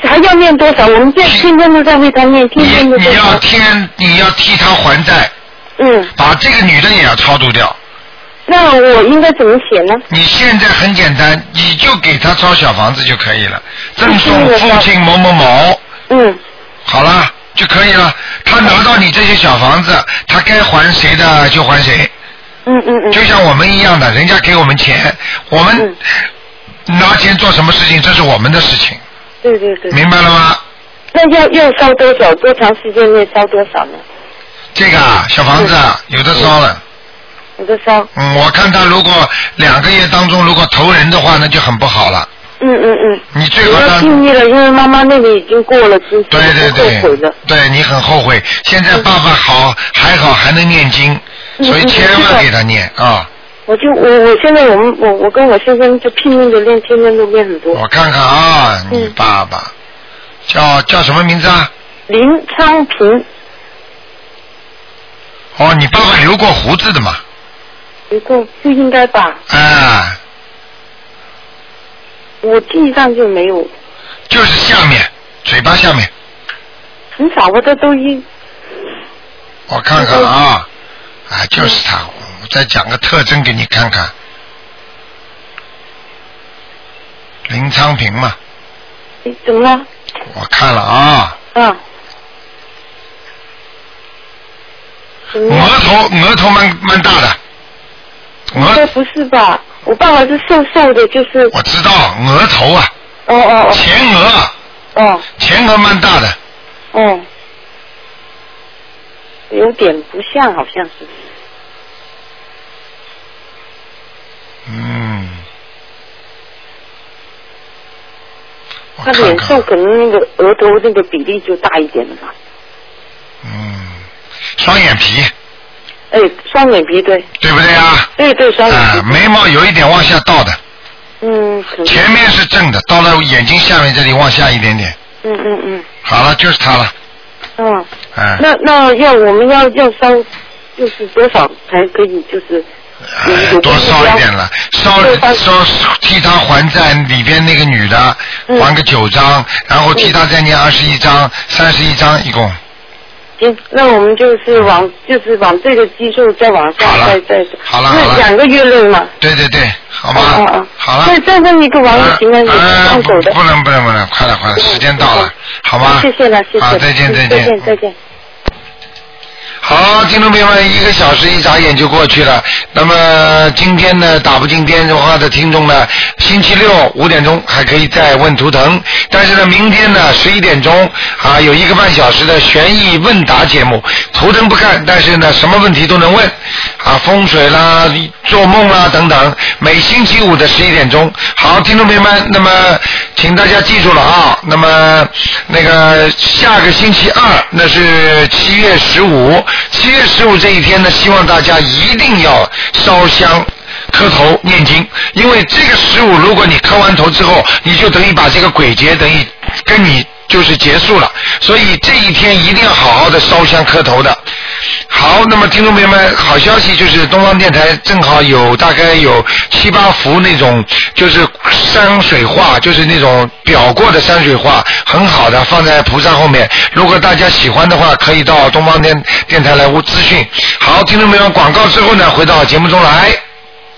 S6: 还要念多少？我们现在天天都在为他念，天天都在
S1: 你要天，你要替他还债。
S6: 嗯。
S1: 把这个女的也要超度掉。
S6: 那我应该怎么写呢？
S1: 你现在很简单，你就给他抄小房子就可以了，赠送父亲某某某。
S6: 嗯。
S1: 好了，就可以了。他拿到你这些小房子，他该还谁的就还谁。
S6: 嗯嗯嗯。
S1: 就像我们一样的，人家给我们钱，我们拿钱做什么事情，这是我们的事情，
S6: 对嗯对对。
S1: 明白了吗？
S6: 那要要烧多少？多长时间内烧多少呢？
S1: 这个啊，小房子啊，有的烧了。
S6: 有的烧。
S1: 嗯，我看他如果两个月当中如果投人的话，那就很不好了。
S6: 嗯嗯嗯。
S1: 你最
S6: 我
S1: 好
S6: 要
S1: 让
S6: 尽力了，因为妈妈那里已经过了今
S1: 对对对，
S6: 后悔的。
S1: 对你很后悔。现在爸爸好还好还能念经，
S6: 嗯
S1: 所以
S6: 嗯
S1: 千
S6: 是
S1: 万
S6: 的
S1: 给他念啊！
S6: 我就我我现在我们我我跟我先生就拼命的练，天天都练很多。
S1: 我看看啊，你爸爸叫叫什么名字啊？
S6: 林昌平，
S1: 哦，你爸爸留过胡子的嘛？
S6: 一共不应该吧？
S1: 啊，
S6: 我地上就没有，
S1: 就是下面嘴巴下面，
S6: 很少，我这都一
S1: 我看看啊，
S6: 嗯
S1: 啊，就是他。我再讲个特征给你看看，林昌平嘛，
S6: 诶怎么了？
S1: 我看了啊，
S6: 嗯。怎么了
S1: 额头额头蛮蛮大的，
S6: 应该不是吧？我爸爸是瘦瘦的，就是
S1: 我知道额头啊，
S6: 哦哦哦，
S1: 前额啊，
S6: 哦
S1: 前额蛮大的，
S8: 嗯
S6: 哦，有点不像，好像是。
S1: 嗯，
S6: 他脸瘦，可能那个额头那个比例就大一点了吧？
S1: 嗯双眼皮，
S6: 哎，双眼皮对。
S1: 对不对啊？
S6: 对对，双眼皮。
S1: 啊，眉毛有一点往下倒的，
S6: 嗯，可能
S1: 前面是正的，到了眼睛下面这里往下一点点。
S6: 嗯嗯嗯
S1: 好了，就是他了，
S6: 嗯，
S1: 哎、
S6: 那那要我们要要烧，就是多少才可以？就是
S1: 哎多烧一点了，烧
S6: 嗯
S1: 烧替他还债里边那个女的
S6: 嗯
S1: 还个九张，然后替他再念二十一张、三十一张，一共
S6: 行，那我们就是往就是往这个基数再往下再再
S1: 好了好
S6: 那
S1: 了，
S6: 两个月内嘛。
S1: 对对对，好吗？
S6: 啊啊！
S1: 好了啊
S6: 那再问一个王的情人，你放手的。嗯
S1: 不能不能不能，快了快了，时间到了，好吗？
S6: 谢谢了，谢谢了。
S1: 好，再见
S6: 嗯
S1: 再
S6: 再
S1: 见。
S6: 见，再见。
S1: 好，听众朋友们，一个小时一眨眼就过去了。那么今天呢，打不进电话的听众呢，星期六五点钟还可以再问图腾，但是呢，明天呢十一点钟啊有一个半小时的悬疑问答节目，图腾不看，但是呢什么问题都能问啊，风水啦、做梦啦等等。每星期五的十一点钟，好，听众朋友们，那么请大家记住了啊，那么那个下个星期二那是七月十五，七月十五这一天呢，希望大家一定要烧香。磕头念经，因为这个十五，如果你磕完头之后，你就等于把这个鬼节等于跟你就是结束了，所以这一天一定要好好的烧香磕头的。好，那么听众朋友们，好消息就是东方电台正好有大概有七八幅那种就是山水画，就是那种裱过的山水画，很好的放在菩萨后面。如果大家喜欢的话，可以到东方电电台来咨询。好，听众朋友们，广告之后呢，回到节目中来。